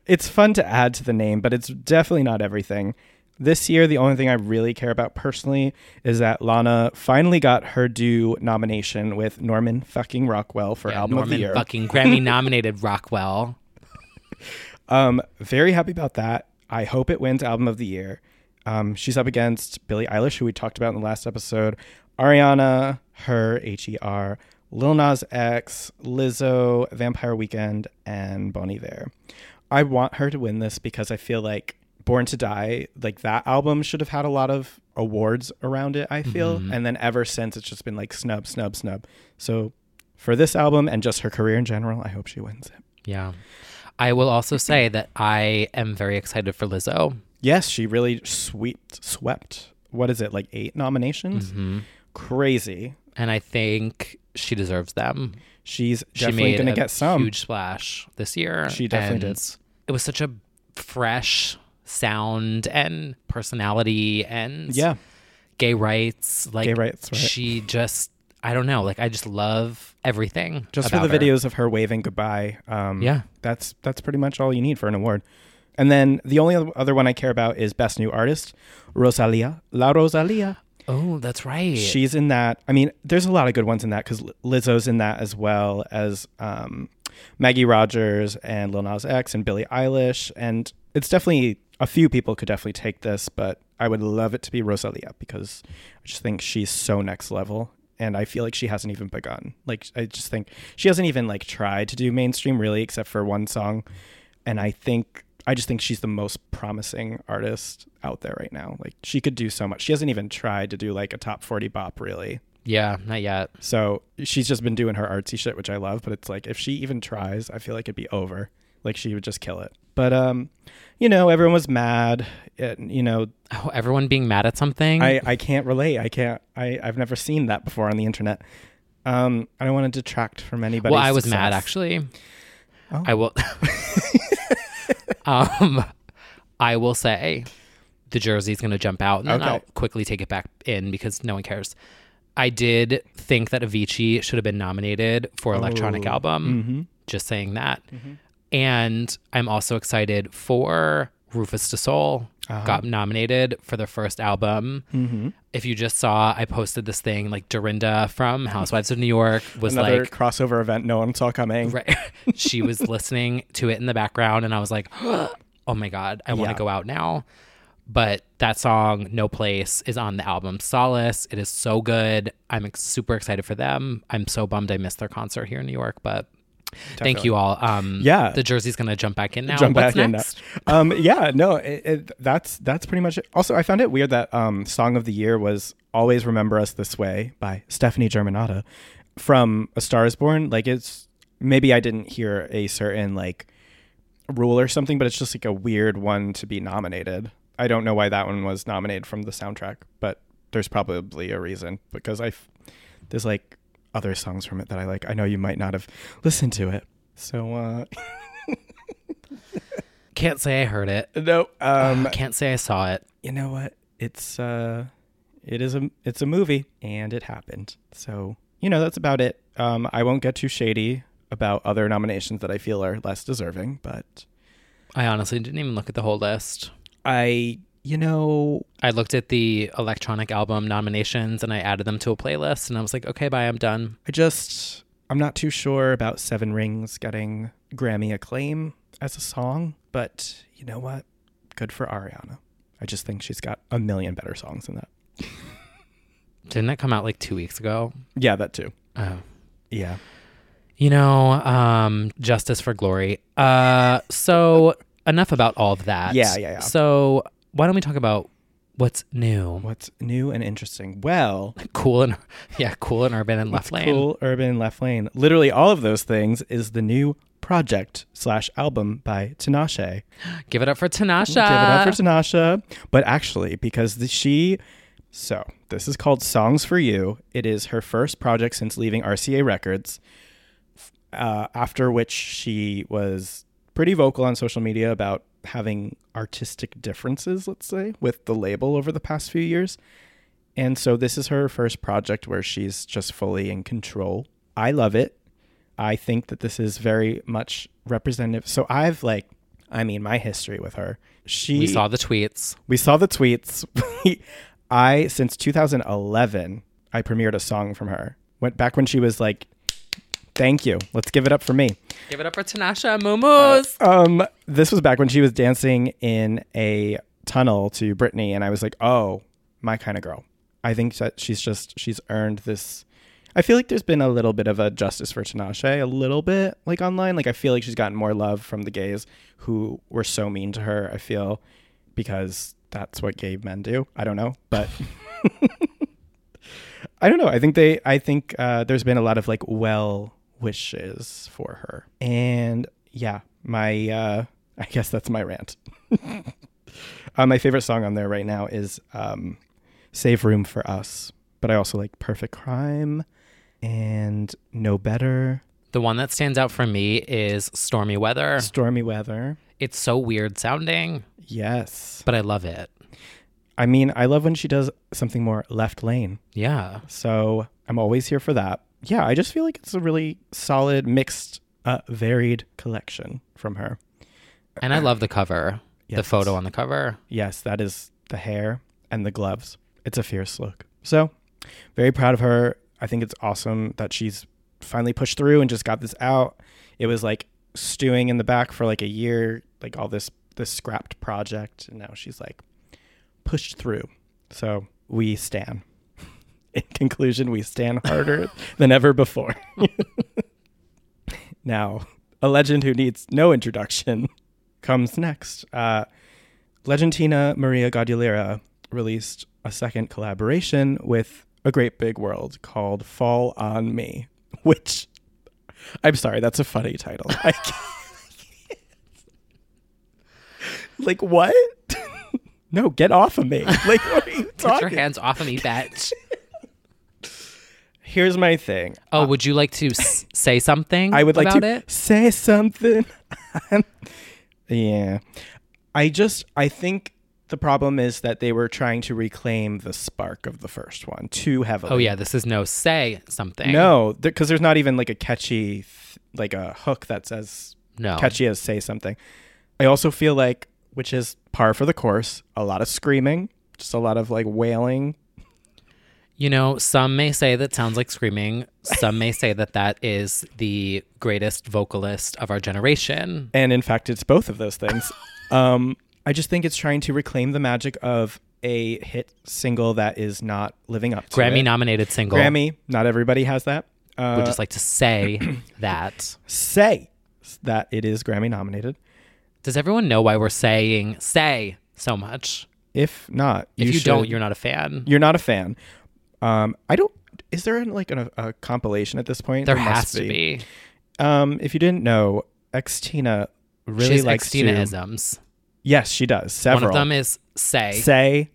B: It's fun to add to the name, but it's definitely not everything. This year, the only thing I really care about personally is that Lana finally got her due nomination with Norman fucking Rockwell for Album of the
A: Norman
B: Year.
A: fucking
B: <laughs>
A: Grammy nominated Rockwell.
B: Um, very happy about that. I hope it wins Album of the Year. Um, she's up against Billie Eilish, who we talked about in the last episode, Ariana, her H E R, Lil Nas X, Lizzo, Vampire Weekend, and Bonnie There. I want her to win this because I feel like Born to Die, like that album should have had a lot of awards around it, I feel. And then ever since, it's just been like snub, snub, snub. So for this album and just her career in general, I hope she wins it.
A: Yeah. I will also say that I am very excited for Lizzo.
B: Yes, she really swept swept. What is it like eight nominations?
A: Mm-hmm.
B: Crazy.
A: And I think she deserves them.
B: She's
A: she
B: definitely
A: made
B: going to
A: a
B: get some.
A: huge splash this year.
B: She definitely
A: and
B: did.
A: It was such a fresh sound and personality and
B: yeah,
A: gay rights. Like
B: Gay rights, right.
A: She just, I don't know. Like I just love everything.
B: just for the
A: about her.
B: videos of her waving goodbye. Um,
A: Yeah.
B: that's that's pretty much all you need for an award. And then the only oth- other one I care about is Best New Artist, Rosalia, La Rosalia.
A: Oh, that's right.
B: She's in that. I mean, there's a lot of good ones in that because Lizzo's in that as well as um, Maggie Rogers and Lil Nas X and Billie Eilish. And it's definitely a few people could definitely take this, but I would love it to be Rosalia because I just think she's so next level. And I feel like she hasn't even begun. Like, I just think she hasn't even like tried to do mainstream really, except for one song. And I think. I just think she's the most promising artist out there right now. Like she could do so much. She hasn't even tried to do like a top 40 bop really.
A: yeah, not yet.
B: So she's just been doing her artsy shit, which I love. But it's like if she even tries, I feel like it'd be over. Like she would just kill it. But um, you know, everyone was mad. It, you know,
A: Oh, everyone being mad at something.
B: I I can't relate. I can't. I I've never seen that before on the internet. Um, I don't want to detract from anybody.
A: well, I was mad actually.
B: Oh.
A: I will. <laughs> um, I will say the jersey's going to jump out, and then
B: Okay.
A: I'll quickly take it back in because no one cares. I did think that Avicii should have been nominated for
B: Oh.
A: electronic album.
B: Mm-hmm.
A: Just saying that, and I'm also excited for Rufus DeSoul
B: Uh-huh.
A: got nominated for their first album.
B: Mm-hmm.
A: If you just saw, I posted this thing like Dorinda from Housewives of New York was
B: Another
A: like
B: crossover event no one saw coming.
A: Right. <laughs> she was
B: <laughs>
A: listening to it in the background, and I was like, <gasps> oh my God, I want to
B: Yeah.
A: go out now. But that song, No Place, is on the album Solace. It is so good. I'm ex- super excited for them. I'm so bummed I missed their concert here in New York, but thank you all. Um,
B: Yeah.
A: The jersey's going to jump back in now.
B: jump
A: What's
B: back
A: next?
B: in. Now. Um, yeah, no, it, it, that's that's pretty much it. Also, I found it weird that um, song of the year was "Always Remember Us This Way" by Stephanie Germanotta from A Star Is Born. Like, it's maybe I didn't hear a certain like rule or something, but it's just like a weird one to be nominated. I don't know why that one was nominated from the soundtrack, but there's probably a reason because I f- there's like other songs from it that I like. I know you might not have listened to it. So
A: <laughs>
B: uh
A: Can't say I heard it.
B: no um
A: Can't say I saw it.
B: you know what? It's uh it is a it's a movie and it happened. So, you know, that's about it. Um I won't get too shady about other nominations that I feel are less deserving, but
A: I honestly didn't even look at the whole list.
B: I you know,
A: I looked at the electronic album nominations and I added them to a playlist, and I was like, okay, bye, I'm done.
B: I just I'm not too sure about Seven Rings getting Grammy acclaim as a song, but you know what? Good for Ariana. I just think she's got a million better songs than that.
A: Didn't that come out like two weeks ago?
B: Yeah, that too.
A: Oh.
B: Yeah.
A: You know, um, justice for glory. Uh, so enough about all of that.
B: Yeah, yeah, yeah.
A: So why don't we talk about what's new?
B: What's new and interesting? Well,
A: Cool and <laughs> yeah, cool and urban and left lane.
B: Cool, urban, left lane. Literally all of those things is the new project slash album by Tinashe.
A: Give it up for Tanasha.
B: Give it up for
A: Uh.
B: Tinashe. But actually, because the, she, so this is called Songs for You. It is her first project since leaving RCA Records, uh, after which she was pretty vocal on social media about having artistic differences, let's say, with the label over the past few years. And so this is her first project where she's just fully in control. I love it. I think that this is very much representative. So I've like I mean, my history with her. She
A: We saw the tweets.
B: we saw the tweets. <laughs> We- I since 2011, I premiered a song from her. Went back when she was like, "Thank you, let's give it up for me."
A: Give it up for Tanasha Moomoo's.
B: Um, this was back when she was dancing in a tunnel to Britney, and I was like, "Oh, my kind of girl." I think that she's just she's earned this. I feel like there's been a little bit of a justice for Tinashe, a little bit like online. Like I feel like she's gotten more love from the gays who were so mean to her. I feel because that's what gay men do. I don't know, but I don't know. I think they. I think uh, there's been a lot of like well wishes for her, and yeah, my. Uh, <laughs> I guess that's my rant. <laughs> uh, my favorite song on there right now is um, "Save Room for Us," but I also like "Perfect Crime" and "No Better,"
A: The one that stands out for me is Stormy Weather.
B: "Stormy Weather."
A: It's so weird sounding,
B: Yes,
A: but I love it.
B: I mean I love when she does something more left lane.
A: Yeah.
B: So I'm always here for that. Yeah, I just feel like it's a really solid, mixed, uh, varied collection from her.
A: And I love the cover, the
B: Uh, Yes.
A: photo on the cover.
B: Yes, that is the hair and the gloves. It's a fierce look. So, very proud of her. I think it's awesome that she's finally pushed through and just got this out. It was like stewing in the back for like a year, like all this this scrapped project, and now she's like pushed through. So we stan. <laughs> In conclusion, we stan harder than ever before. <laughs> now, a legend who needs no introduction <laughs> comes next. Uh, Legendina Maria Godulera released a second collaboration with a great big world called Fall on Me, <laughs> which I'm sorry, that's a funny title. I <laughs> can't- like what? <laughs> no, get off of me. Like what are you
A: Get
B: talking?
A: your hands off of me, bitch.
B: Here's my thing.
A: Oh, would you like to s- say something
B: Uh, I would like
A: about
B: to
A: it?
B: say something. <laughs> yeah. I just I think the problem is that they were trying to reclaim the spark of the first one too heavily.
A: Oh, yeah, this is no say something.
B: No, because there's not even like a catchy th- like a hook that says
A: No.
B: catchy as say something. I also feel like which is par for the course, a lot of screaming, just a lot of like wailing.
A: You know, some may say that sounds like screaming. Some may say that that is the greatest vocalist of our generation.
B: and in fact it's both of those
A: <laughs>
B: things um, i just think it's trying to reclaim the magic of a hit single that is not living up to
A: Grammy
B: it.
A: nominated single.
B: grammy not everybody has that uh,
A: Would just like to say
B: <clears throat>
A: that.
B: say that it is grammy nominated
A: Does everyone know why we're saying say so much?
B: if not
A: If you,
B: should-
A: don't, you're not a fan.
B: you're not a fan um, i don't is there like an, a compilation at this point
A: there
B: must
A: has to be.
B: um, if you didn't know ex tina really
A: She's
B: likes to-
A: Xtinaisms.
B: yes she does
A: One
B: several
A: of them is say.
B: say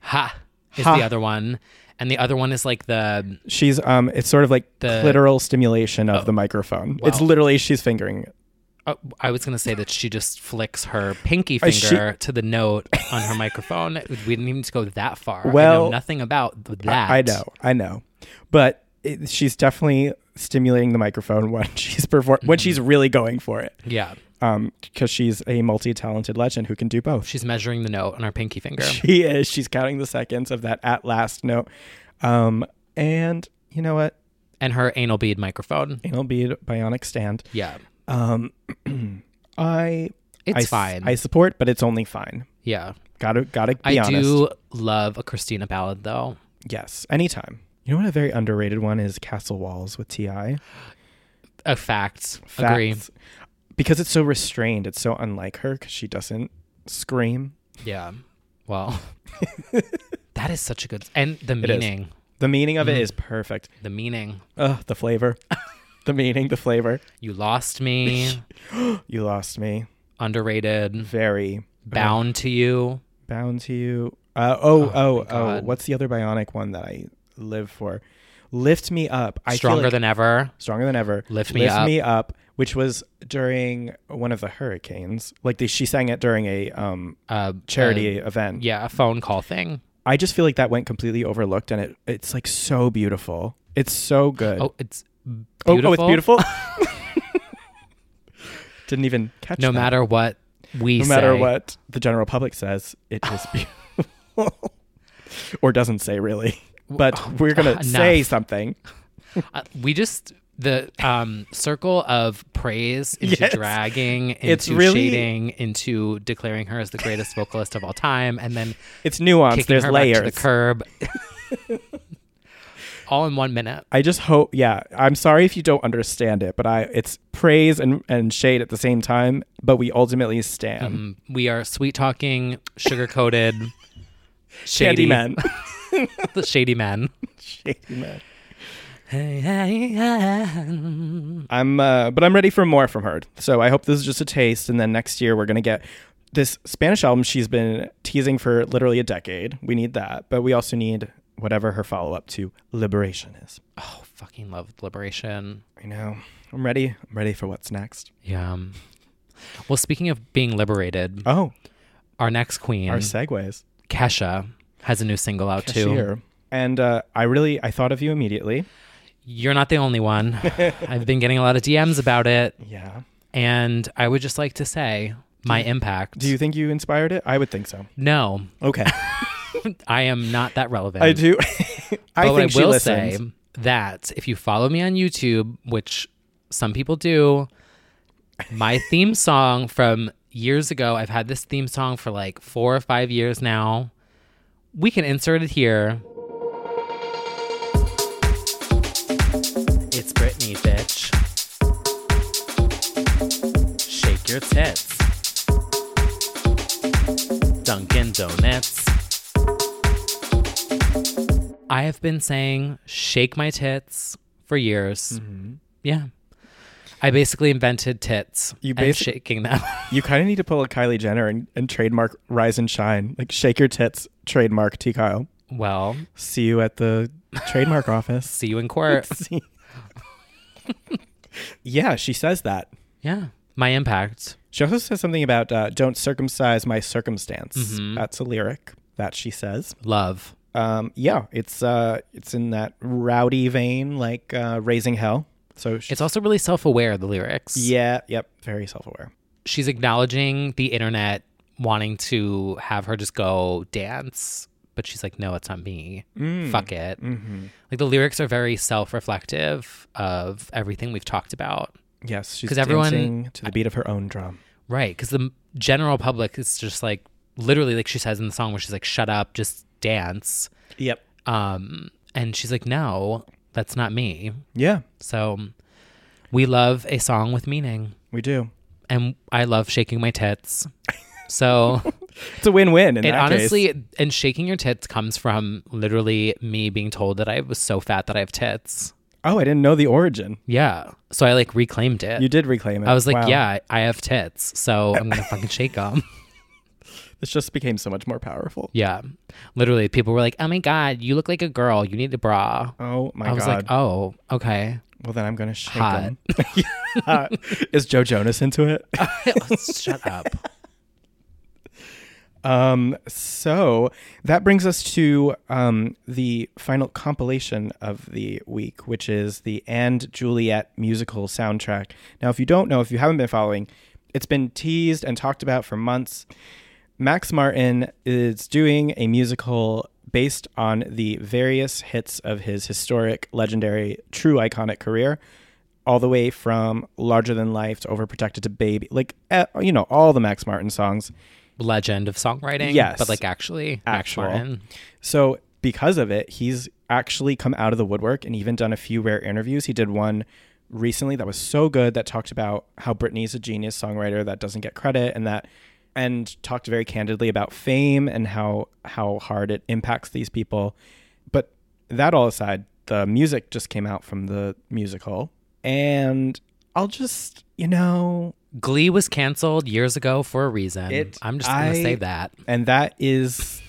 A: Ha is
B: Ha.
A: the other one. And the other one is like the
B: She's um it's sort of like
A: The-
B: clitoral stimulation of the microphone. It's literally she's fingering it.
A: oh, I was gonna say that she just flicks her pinky
B: Uh, she-
A: finger to the note on her microphone. <laughs> We didn't even need to go that far. I know
B: Well,
A: nothing about th- that.
B: I, I know, I know. But it, she's definitely stimulating the microphone <laughs> when she's perform when she's
A: Mm-hmm.
B: really going for it.
A: Yeah,
B: Um cuz she's a multi-talented legend who can do both. <laughs>
A: she's measuring the note on her pinky finger.
B: She is. She's counting the seconds of that at last note. Um and you know what?
A: and her anal bead microphone.
B: Anal bead bionic stand.
A: Yeah,
B: I
A: It's
B: I s-
A: fine.
B: I support, but it's only fine.
A: yeah.
B: Got to got to be
A: I
B: honest.
A: do love a Christina ballad though.
B: Yes, anytime. You know what a very underrated one is Castle Walls with T.I.
A: A fact.
B: Facts.
A: Agree.
B: Because it's so restrained, it's so unlike her because she doesn't scream.
A: Yeah. Well, <laughs> that is such a good and the
B: is.
A: meaning.
B: The meaning of it
A: Mm.
B: is perfect.
A: The meaning.
B: Ugh, the flavor. <laughs> the meaning, the flavor.
A: You lost
B: <laughs>
A: me.
B: You lost me.
A: underrated.
B: Very.
A: Bound to you.
B: Bound to you. Uh, oh, oh, oh,
A: God.
B: What's the other bionic one that I live for? Lift me up. I feel
A: Stronger
B: like-
A: than ever.
B: stronger than ever.
A: Lift Me
B: lift
A: Up.
B: me up, which was during one of the hurricanes. Like they, she sang it during a um,
A: Uh,
B: charity event.
A: Yeah, a phone call thing.
B: I just feel like that went completely overlooked, and it it's like so beautiful. It's so good.
A: Oh, it's
B: Oh,
A: beautiful. <laughs>
B: oh, it's beautiful. <laughs> Didn't even catch.
A: No
B: that.
A: matter what We
B: no matter
A: say.
B: what the general public says, it
A: <laughs>
B: is beautiful. <laughs> or doesn't say really. But we're going to
A: oh, enough.
B: say something.
A: Uh, we just the um circle of
B: <laughs>
A: praise into
B: Yes.
A: dragging into
B: It's really-
A: shading into declaring her as the greatest vocalist of all time and then
B: It's nuanced.
A: kicking
B: There's
A: her
B: layers.
A: back to the
B: <laughs>
A: curb <laughs> all in one minute
B: I just hope, yeah. I'm sorry if you don't understand it, but I it's praise and, and shade at the same time, but we ultimately stand.
A: we are sweet talking sugar coated
B: Shady
A: shady
B: men.
A: the <laughs> shady men
B: <laughs> Shady men. I'm, uh, but I'm ready for more from her. So I hope this is just a taste, and then next year we're gonna get this Spanish album she's been teasing for literally a decade. We need that, but we also need whatever her follow up to Liberation is.
A: oh fucking love liberation
B: I know. I'm ready. I'm ready for what's next.
A: yeah well speaking of being liberated
B: Oh,
A: our next queen
B: our segues.
A: kesha has a new single out too
B: Cashier. And uh, I really, I thought of you immediately.
A: You're not the
B: <laughs>
A: only one. I've been getting a lot of DMs about it.
B: Yeah.
A: And I would just like to say my impact.
B: Do you think you inspired it? I would think so.
A: no,
B: Okay.
A: I am not that
B: <laughs>
A: relevant.
B: I do. I
A: but
B: think
A: I
B: she
A: will
B: listens.
A: say that if you follow me on YouTube, which some people do,
B: <laughs>
A: my theme song from years ago, I've had this theme song for like four or five years now. We can insert it here. It's Britney, bitch. Shake your tits. Dunkin' Donuts. I have been saying shake my tits for years.
B: Mm-hmm.
A: Yeah. I basically invented tits
B: You
A: you
B: basi-
A: and shaking them. <laughs>
B: You kind of need to pull a Kylie Jenner and, and trademark Rise and Shine. Like, shake your tits, trademark T. Kyle.
A: well,
B: See you at the
A: <laughs>
B: trademark office.
A: see you
B: <laughs>
A: in court.
B: See- yeah, she says that.
A: yeah. My impact.
B: She also says something about uh, don't circumcise my circumstance.
A: Mm-hmm.
B: That's a lyric that she says.
A: Love.
B: Um, yeah, it's uh, it's in that rowdy vein, like uh, raising hell. So she,
A: It's also really self aware, the lyrics.
B: yeah, yep, very self-aware.
A: She's acknowledging the internet wanting to have her just go dance, but she's like, no, it's not me. Fuck it. Like the lyrics are very self reflective of everything we've talked about.
B: Yes, she's
A: 'Cause everyone-
B: dancing to the beat of her own drum.
A: Right, because the m- general public is just like literally, like she says in the song, where she's like, "Shut up, just dance,"
B: Yep.
A: um, and she's like, "No, that's not me."
B: Yeah,
A: So we love a song with meaning,
B: we do.
A: and I love shaking my tits. So
B: It's a win-win. In
A: it
B: that case.
A: honestly, and shaking your tits comes from literally me being told that I was so fat that I have tits.
B: Oh, I didn't know the origin.
A: Yeah, so I like reclaimed it.
B: You did reclaim it.
A: I was like,
B: Wow.
A: yeah, I have tits, so I'm gonna fucking shake them.
B: This just became so much more powerful.
A: <laughs> Yeah. Literally, people were like, oh my God, you look like a girl. You need a bra.
B: Oh my
A: I was
B: god.
A: like, oh, okay. <laughs>
B: well, then I'm gonna shake
A: hot.
B: them. <laughs> Yeah. Is Joe Jonas into
A: <laughs>
B: it?
A: Shut up.
B: Um, so that brings us to um, the final compilation of the week, which is the And Juliet musical soundtrack. Now, if you don't know, if you haven't been following, it's been teased and talked about for months. Max Martin is doing a musical based on the various hits of his historic, legendary, true iconic career, all the way from Larger Than Life to Overprotected to Baby, like, eh, you know, all the Max Martin songs.
A: Legend of songwriting.
B: Yes.
A: But like actually,
B: Actual.
A: Max Martin.
B: So because of it, he's actually come out of the woodwork and even done a few rare interviews. He did one recently that was so good that talked about how Britney's a genius songwriter that doesn't get credit and that and talked very candidly about fame and how how hard it impacts these people. But that all aside, the music just came out from the musical and I'll just, you know,
A: Glee was canceled years ago for a reason.
B: It-
A: I'm just going
B: I-
A: to say that.
B: and that is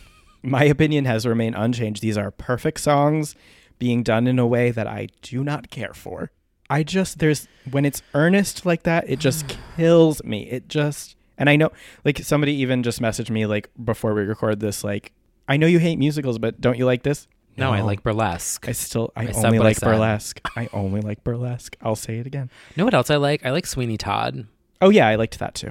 B: my opinion has remained unchanged. These are perfect songs being done in a way that I do not care for. I just there's when it's earnest like that, it
A: <sighs>
B: just kills me. It just and I know like somebody even just messaged me like before we record this like I know you hate musicals, but don't you like this?
A: No, I like burlesque.
B: I still I,
A: I said
B: only
A: what I
B: like
A: said.
B: burlesque. I only like burlesque. I'll say it again.
A: know what else I like? I like Sweeney Todd.
B: Oh yeah, I liked that too.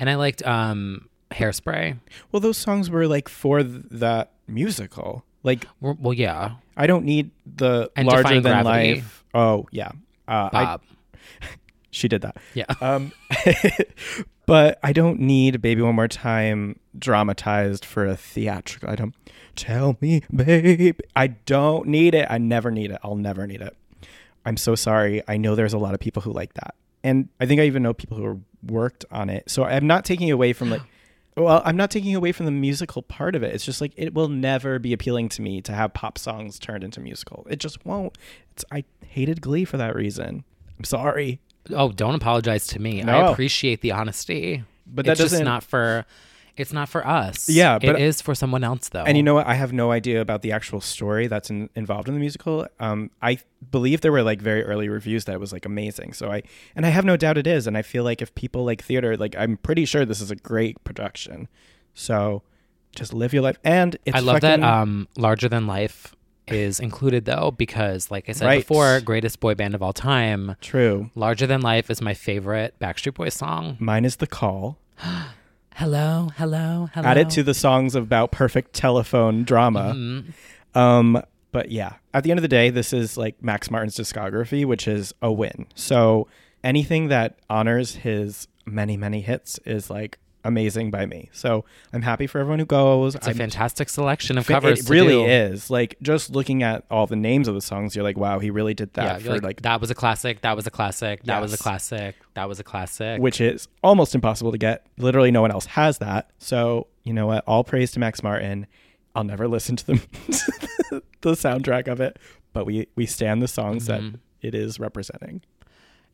A: And I liked um, Hairspray.
B: Well, those songs were like for th- that musical. Like
A: Well, well, yeah.
B: I don't need the
A: And
B: larger
A: Defying
B: than
A: Gravity.
B: life. Oh yeah, uh, I,
A: Bob.
B: she did that.
A: yeah. <laughs>
B: Um, <laughs> but I don't need "Baby One More Time" dramatized for a theatrical. I don't. Tell me, babe. I don't need it. I never need it. I'll never need it. I'm so sorry. I know there's a lot of people who like that, and I think I even know people who are- worked on it. So I'm not taking away from like. Well, I'm not taking away from the musical part of it. It's just like it will never be appealing to me to have pop songs turned into musical. It just won't. It's I hated Glee for that reason. I'm sorry.
A: oh, don't apologize to me.
B: No.
A: I appreciate the honesty.
B: But that
A: it's
B: doesn't-
A: just not for it's not for us.
B: Yeah, but-
A: it is for someone else though.
B: And you know what? I have no idea about the actual story that's in, involved in the musical. Um, I believe there were like very early reviews that it was like amazing. So I and I have no doubt it is. And I feel like if people like theater, like I'm pretty sure this is a great production. So just live your life. And it's
A: I love that
B: fucking-
A: um larger than life is included though because like I said
B: Right.
A: before, greatest boy band of all time.
B: true.
A: Larger than life is my favorite Backstreet Boys song.
B: Mine is the call.
A: Hello, hello, hello.
B: Add it to the songs about perfect telephone drama.
A: Mm-hmm.
B: Um, but yeah, at the end of the day, this is like Max Martin's discography, which is a win. So anything that honors his many, many hits is like amazing by me. So I'm happy for everyone who goes.
A: It's a fantastic selection of
B: Fa-
A: covers.
B: It
A: to
B: really
A: do.
B: is. Like just looking at all the names of the songs, you're like, wow, he really did
A: Yeah,
B: that
A: you're
B: for
A: like,
B: like,
A: that was a classic. That was a classic. That was a
B: Yes.
A: classic. That was a classic.
B: which is almost impossible to get. Literally, no one else has that. So you know what? All praise to Max Martin. I'll never <laughs> listen to the <laughs> the soundtrack of it, but we we stand the songs that it is representing.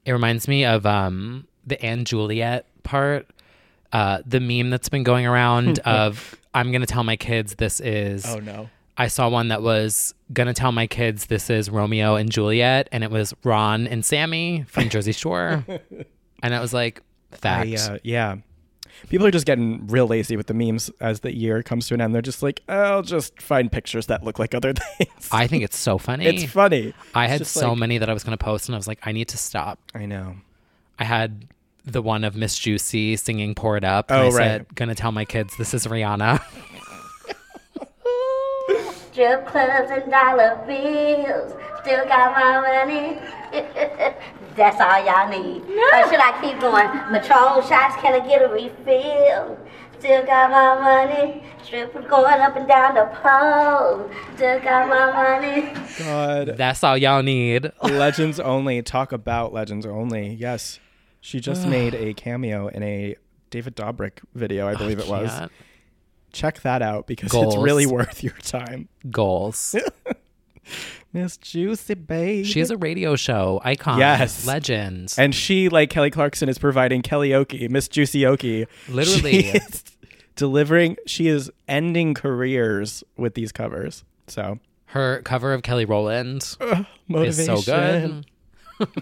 A: It reminds me of um, the Anne Juliet part, uh, the meme that's been
B: <laughs>
A: going around of I'm gonna tell my kids this is.
B: Oh, no!
A: I saw one that was gonna tell my kids this is Romeo and Juliet, and it was Ron and Sammy from
B: <laughs>
A: Jersey Shore, and I was like, fact.
B: I, uh, yeah, people are just getting real lazy with the memes as the year comes to an end. They're just like, I'll just find pictures that look like other <laughs> things.
A: I think it's so funny.
B: it's funny.
A: I
B: It's
A: had
B: just
A: so
B: like-
A: many that I was gonna post, and I was like, I need to stop.
B: I know.
A: I had the one of Miss Juicy singing "Pour It Up." and
B: Oh,
A: I
B: right.
A: said, Gonna tell my kids this is Rihanna. <laughs>
G: Strip clubs and dollar bills. Still got my money. <laughs> That's all y'all need. Or should I keep going? Patron shots, can I get a refill? Still got my money. Strip going up and down the pole. Still got my money.
B: God,
A: That's all
B: <laughs>
A: y'all need.
B: Legends Only. Talk about Legends Only. Yes. She <sighs> just made a cameo in a David Dobrik video, I believe it was.
A: Can't.
B: Check that out because it's
A: Goals.
B: really <laughs> worth your time.
A: Goals.
B: Miss Juicy Babe.
A: She has a radio show icon.
B: Yes.
A: Legend.
B: and she, like Kelly Clarkson, is providing Kellyoke, Miss Juicy Oki.
A: Literally.
B: She <laughs> is delivering, she is ending careers with these covers. So,
A: Her cover of Kelly Rowland is
B: motivation.
A: so good.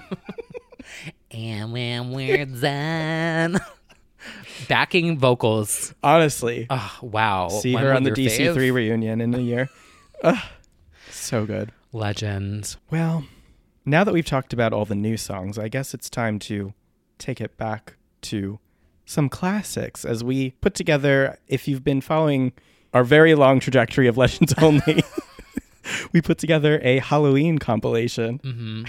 A: <laughs> and when we're done. Backing vocals.
B: Honestly,
A: Ah, wow.
B: see
A: When
B: her
A: will
B: on the
A: your
B: DC3
A: fave?
B: reunion in a year.
A: <laughs>
B: Ugh. so good.
A: Legend.
B: Well, now that we've talked about all the new songs, I guess it's time to take it back to some classics as we put together, if you've been following our very long trajectory of Legends
A: <laughs>
B: Only, we put together a Halloween compilation.
A: Mm-hmm.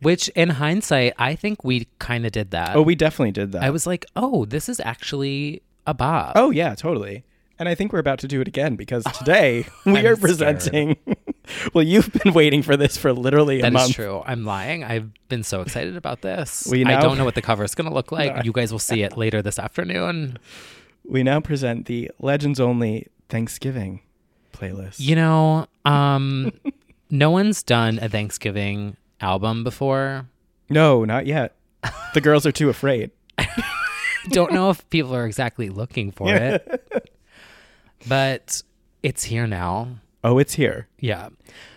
A: Which, in hindsight, I think we kind of did that.
B: Oh, we definitely did that.
A: I was like, oh, this is actually a Bob.
B: oh, yeah, totally. And I think we're about to do it again
A: <laughs>
B: because today we are
A: scared.
B: presenting. <laughs> well, you've been waiting for this for literally a
A: That
B: month.
A: is true. I'm lying. I've been so excited about this.
B: We
A: I
B: now-
A: don't know what the cover is going to look like. You guys will see it later this afternoon.
B: We now present the Legends Only Thanksgiving playlist.
A: You know, um, no one's done a Thanksgiving album before.
B: No, not yet. The girls are too afraid.
A: Don't know if people are exactly looking for it, but it's here now.
B: Oh, it's here.
A: Yeah.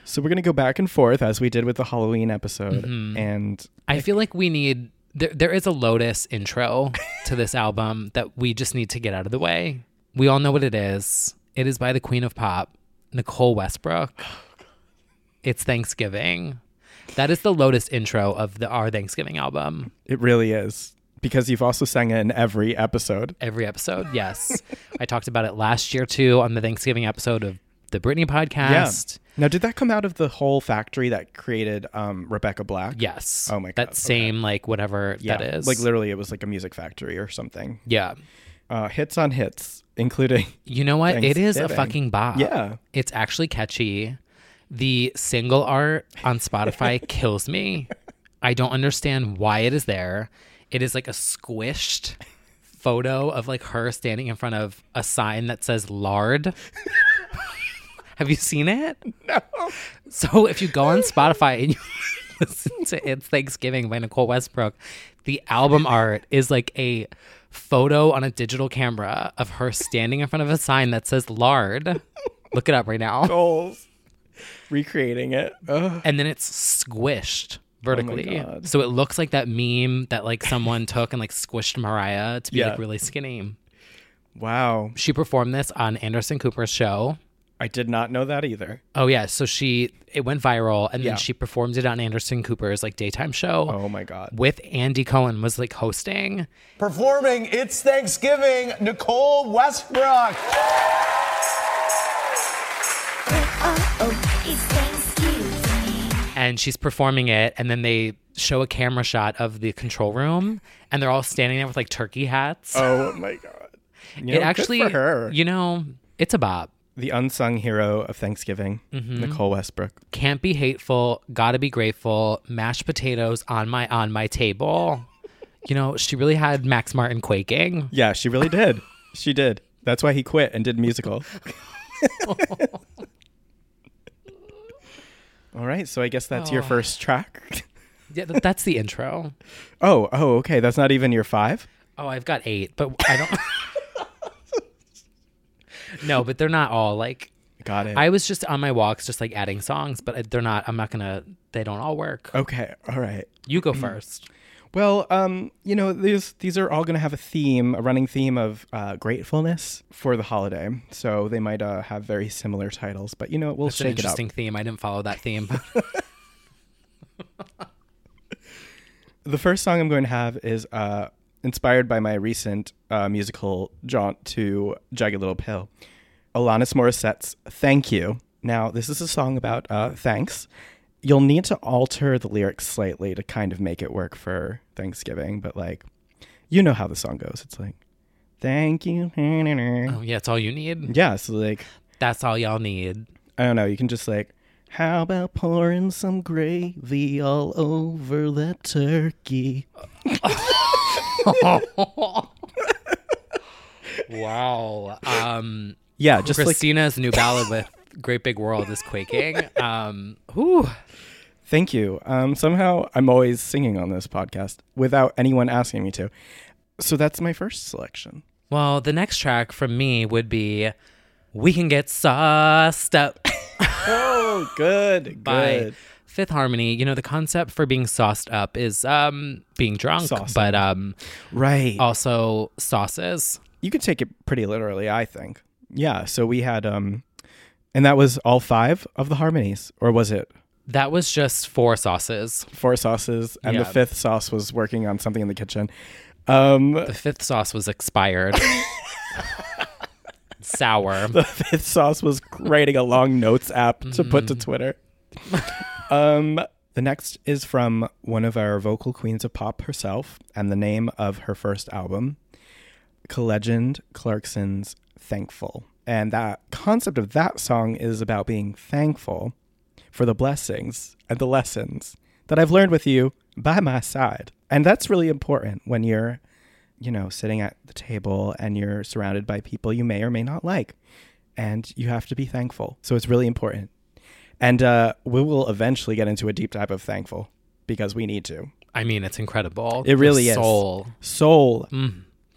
B: So we're going to go back and forth as we did with the Halloween episode.
A: Mm-hmm.
B: And
A: I feel like we need, there, there is a Lotus intro
B: <laughs>
A: to this album that we just need to get out of the way. We all know what it is. It is by the Queen of Pop, Nicole Westbrook.
B: Oh,
A: It's Thanksgiving. That is the Lotus intro of the Our Thanksgiving album.
B: it really is. because you've also sang it in every episode.
A: Every episode,
B: <laughs>
A: yes. I talked about it last year too on the Thanksgiving episode of the Britney podcast.
B: Yeah. Now, did that come out of the whole factory that created um, Rebecca Black?
A: Yes.
B: Oh my god.
A: That same like whatever that is.
B: Like literally, it was like a music factory or something.
A: Yeah.
B: Uh, hits on hits, including <laughs>
A: You know what? It is a
B: Thanksgiving.
A: fucking bop.
B: Yeah.
A: It's actually catchy. The single art
B: <laughs>
A: on Spotify kills me. I don't understand why it is there. It is like a squished photo of like her standing in front of a sign that
B: <laughs>
A: says lard. Have you seen it? No. So if you go on Spotify
B: <laughs>
A: and you listen to It's Thanksgiving by Nicole Westbrook, the album art is like a photo on a digital camera of her standing in front of a sign that says lard. Look it up right now.
B: Oh. goals, recreating it. Ugh.
A: And then it's squished vertically.
B: Oh God.
A: so it looks like that meme that like someone took and like squished Mariah to be
B: Yeah.
A: like really skinny.
B: Wow,
A: She performed this on Anderson Cooper's show.
B: I did not know that either.
A: Oh yeah, so she it went viral and
B: Yeah.
A: then she performed it on Anderson Cooper's like daytime show
B: Oh my god.
A: with Andy Cohen was like hosting.
H: Performing It's Thanksgiving, Nicole Westbrook.
A: and she's performing it and then they show a camera shot of the control room and they're all standing there with like turkey hats.
B: Oh my god. You know,
A: it
B: good
A: actually
B: for her.
A: you know, it's a bop.
B: the unsung hero of Thanksgiving,
A: Mm-hmm.
B: Nicole Westbrook.
A: Can't be hateful, gotta be grateful, mashed potatoes on my on my table. You know, she really had Max Martin quaking.
B: Yeah, she really did. she did. That's why he quit and did
A: <laughs>
B: musical. All right, so I guess that's
A: Oh.
B: your first track. <laughs>
A: Yeah, th- that's the intro.
B: Oh, oh, okay. That's not even your five.
A: Oh, I've got eight, but I don't. <laughs> no, but they're not all like.
B: Got it.
A: I was just on my walks, just like adding songs, but uh, they're not. I'm not gonna. They don't all work.
B: okay. All right.
A: You go first.
B: Well, um, you know, these these are all going to have a theme, a running theme of uh, gratefulness for the holiday. So they might uh, have very similar titles, but you know, we'll
A: It's an
B: shake it up.
A: interesting theme. I didn't follow that theme.
B: <laughs> The first song I'm going to have is uh, inspired by my recent uh, musical jaunt to Jagged Little Pill. Alanis Morissette's Thank You. Now, this is a song about uh, thanks. You'll need to alter the lyrics slightly to kind of make it work for Thanksgiving, but like, you know how the song goes. It's like, thank you.
A: oh, yeah, it's all you need.
B: Yeah, so like,
A: That's all
B: <laughs>
A: y'all need.
B: I don't know. You can just like, how about pouring some gravy all over that turkey?
A: Wow. Um,
B: Yeah, just like
A: Christina's new ballad with "Great Big World" is quaking.
B: <laughs>
A: Um, whew.
B: Thank you. Um, somehow I'm always singing on this podcast without anyone asking me to. So that's my first selection.
A: Well, the next track from me would be "We Can Get Sauced Up."
B: Oh, good.
A: by Fifth Harmony. You know, the concept for being sauced up is um being drunk,
B: Sauced
A: but um
B: Right.
A: also sauces.
B: You could take it pretty literally, I think. Yeah. So we had, um, and that was all five of the harmonies, or was it
A: That was just four sauces.
B: four sauces? And the
A: Yeah.
B: fifth sauce was working on something in the kitchen. Um,
A: The fifth sauce
B: <laughs>
A: was expired. Sour.
B: the <laughs> fifth sauce was writing a long notes app to put to Twitter. um, the next is from one of our vocal queens of pop herself, and the name of her first album, Collegend Clarkson's Thankful. And that concept of that song is about being thankful for the blessings and the lessons that I've learned with you by my side. And that's really important when you're you know, sitting at the table and you're surrounded by people you may or may not like. And you have to be thankful. So it's really important. And uh, we will eventually get into a deep dive of thankful because we need to.
A: I mean, it's incredible.
B: It really
A: the
B: is.
A: Soul,
B: Soul,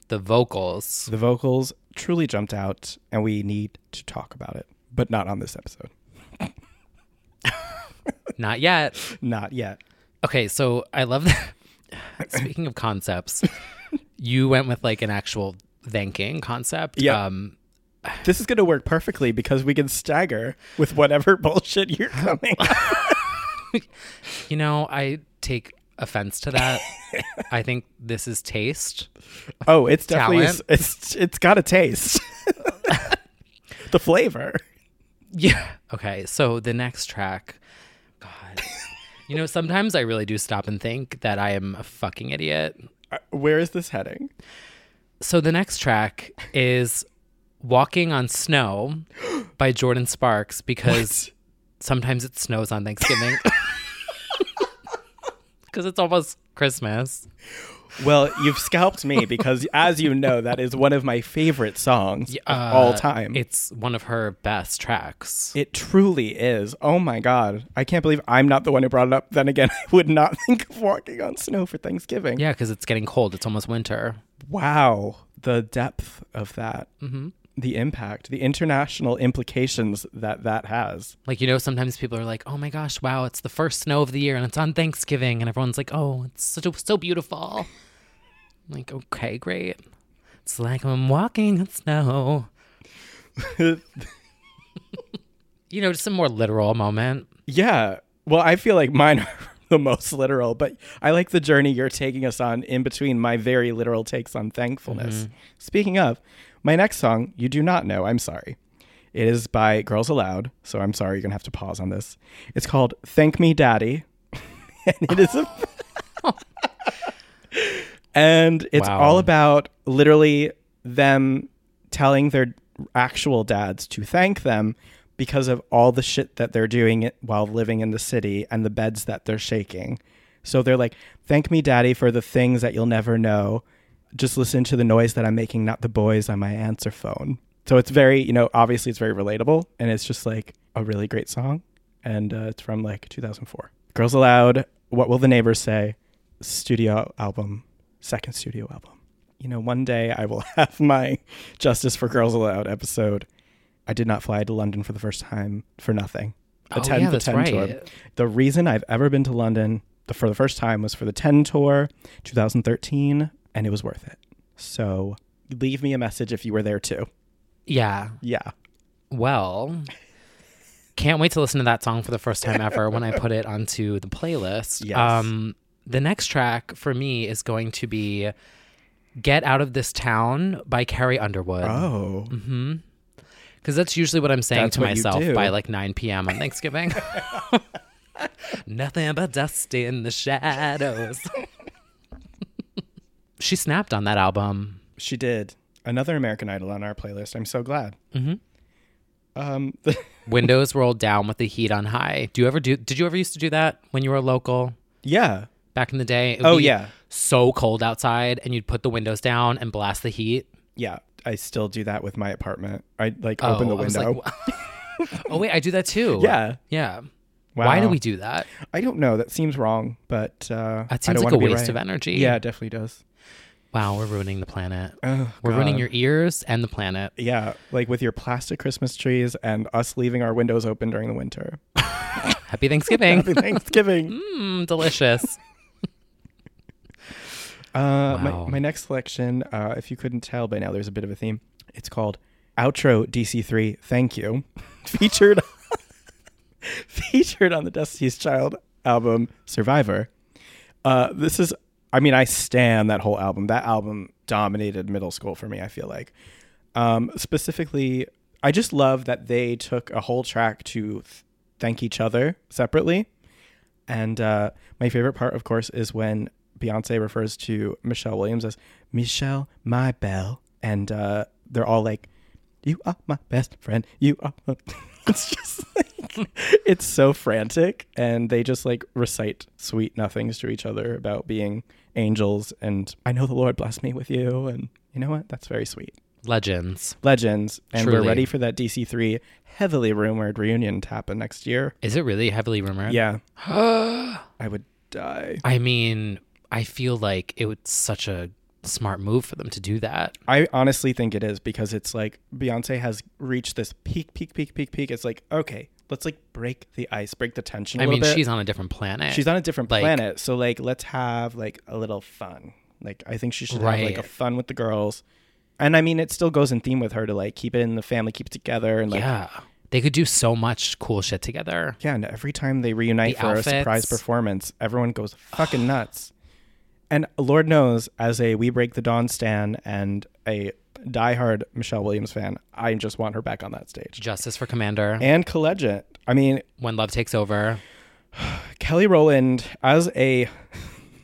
A: the vocals.
B: the vocals truly jumped out, and we need to talk about it, but not on this episode.
A: Not yet.
B: Not yet.
A: Okay, so I love that. Speaking of concepts, you went with like an actual thanking concept.
B: Yeah.
A: Um,
B: This is going to work perfectly because we can stagger <laughs> with whatever bullshit you're coming. up.
A: You know, I take offense to that. I think this is taste.
B: Oh, it's definitely
A: Talent.
B: it's it's got a taste. the flavor.
A: Yeah. Okay. So the next track, God, you know, sometimes I really do stop and think that I am a fucking idiot.
B: Where is this heading?
A: So the next track is Walking
B: <gasps>
A: on Snow by Jordan Sparks because sometimes it snows on Thanksgiving.
B: <laughs>
A: <laughs> Because it's almost Christmas.
B: Well, you've scalped me because, as you know, that is one of my favorite songs of all
A: Uh,
B: time.
A: It's one of her best tracks.
B: It truly is. Oh my God. I can't believe I'm not the one who brought it up. Then again, <laughs> I would not think of walking on snow for Thanksgiving.
A: Yeah, because it's getting cold. It's almost winter.
B: Wow. The depth of that,
A: Mm-hmm.
B: the impact, the international implications that that has.
A: Like, you know, sometimes people are like, oh my gosh, wow, it's the first snow of the year and it's on Thanksgiving. And everyone's like, oh, it's so, so beautiful. I'm like, okay, great. It's like I'm walking
B: <laughs>
A: on snow. you know, just a more literal moment.
B: Yeah. Well, I feel like mine <laughs> are the most literal, but I like the journey you're taking us on in between my very literal takes on thankfulness.
A: Mhm.
B: Speaking of, my next song, you do not know. I'm sorry. It is by Girls Aloud. So I'm sorry. You're going to have to pause on this. It's called Thank Me Daddy. <laughs> and it is a. <laughs> and it's
A: Wow.
B: all about literally them telling their actual dads to thank them because of all the shit that they're doing while living in the city and the beds that they're shaking. So they're like, "Thank me, daddy, for the things that you'll never know. Just listen to the noise that I'm making, not the boys on my answer phone." So it's very, you know, obviously it's very relatable, and it's just like a really great song, and uh, it's from like 2004. Girls Aloud, What Will the Neighbors Say? Studio album, second studio album. You know, one day I will <laughs> have my Justice for Girls Aloud episode. I did not fly to London for the first time for nothing.
A: Oh,
B: Attend
A: yeah,
B: the
A: that's
B: 10 tour.
A: right.
B: The reason I've ever been to London the, for the first time was for the 10 tour, 2013, and it was worth it. So leave me a message if you were there too.
A: Yeah.
B: Yeah.
A: Well, can't wait to listen to that song for the first time ever when I put it onto the playlist. Um,
B: Yes.
A: the next track for me is going to be Get Out of This Town by Carrie Underwood.
B: Oh.
A: hmm. Because that's usually what I'm saying
B: That's
A: to
B: what you
A: myself
B: do.
A: by like 9 p.m. on Thanksgiving. <laughs> Nothing but dust in the shadows. <laughs> she snapped on that album.
B: She did. Another American Idol on our playlist. I'm so glad.
A: Mm-hmm.
B: Um,
A: Windows rolled down with the heat on high. Do you ever do? Did you ever used to do that when you were local?
B: Yeah,
A: back in the day. it would
B: Oh,
A: be
B: yeah.
A: so cold outside, and you'd put the windows down and blast the heat.
B: yeah, I still do that with my apartment. I like
A: Oh,
B: open the
A: I was like,
B: window.
A: "Wha- <laughs> oh wait, I do that too.
B: Yeah.
A: yeah. Why do
B: Wow.
A: we do that?
B: I don't know. That seems wrong, but uh,
A: That
B: I
A: seems
B: don't
A: like
B: wanna
A: a
B: be
A: waste
B: right.
A: of energy.
B: Yeah, it definitely does.
A: Wow, we're ruining the planet.
B: Oh,
A: we're ruining
B: God.
A: your ears and
B: <laughs>
A: the planet.
B: Yeah, like with your plastic Christmas trees and us leaving our windows open during the winter.
A: Happy Thanksgiving.
B: Happy <laughs> Thanksgiving.
A: Mmm, delicious.
B: Uh,
A: Wow.
B: my, my next selection, uh, if you couldn't tell by now, there's a bit of a theme. It's called Outro DC3 Thank You, <laughs> featured featured on the Destiny's Child album Survivor. Uh, this is, I mean, I stand that whole album. That album dominated middle school for me. I feel like, um, specifically, I just love that they took a whole track to th- thank each other separately. And uh, my favorite part, of course, is when Beyonce refers to Michelle Williams as Michelle, my belle. And uh, they're all like, You are my best friend. You are. My... <laughs> it's just like, <laughs> it's so frantic. And they just like recite sweet nothings to each other about being angels. And I know the Lord blessed me with you. And you know what? That's very sweet.
A: Legends.
B: Legends. And we're
A: Truly.
B: ready for that DC3 heavily rumored reunion to happen next year.
A: Is it really heavily rumored?
B: Yeah. I would die.
A: I mean, I feel like it was such a smart move for them to do that.
B: I honestly think it is because it's like Beyonce has reached this peak, peak, peak, peak, peak. It's like, okay, let's like break the ice, break the tension. I
A: I mean, she's on a different planet.
B: she's on a different
A: Like,
B: planet. So like let's have like a little fun. Like I think she should have like a
A: Right.
B: fun with the girls. And I mean it still goes in theme with her to like keep it in the family, keep it together and like
A: yeah. They could do so much cool shit together.
B: Yeah, and every time they reunite
A: The
B: for
A: outfits.
B: a surprise performance, everyone goes
A: <sighs>
B: fucking nuts. And Lord knows, as a We Break the Dawn stan and a diehard Michelle Williams fan, I just want her back on that stage.
A: Justice for Commander.
B: And Collegiate. I mean,
A: when love takes over.
B: Kelly Rowland as a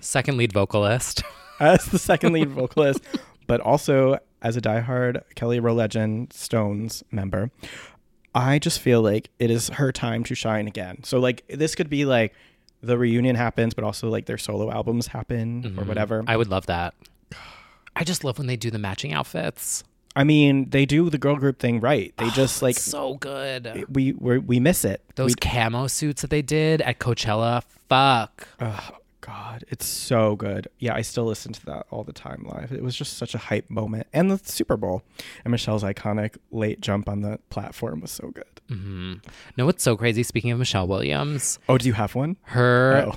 A: second lead vocalist,
B: as the second lead vocalist, <laughs> but also as a diehard Kelly Rowe legend Stones member. I just feel like it is her time to shine again. So like this could be like the reunion happens, but also like their solo albums happen or
A: Mhm.
B: whatever.
A: I would
B: <sighs>
A: love that. I just love when they do the matching outfits.
B: I mean, they do the girl group thing right. They just like
A: So good.
B: we we we miss it.
A: Those camo suits that they did at Coachella. Fuck.
B: Oh God, it's so good. Yeah, I still listen to that all the time live. It was just such a hype moment, and the Super Bowl and Michelle's iconic late jump on the platform was so good.
A: hmm No, what's so crazy? Speaking of Michelle Williams,
B: Oh, do you have one?
A: her
B: Oh.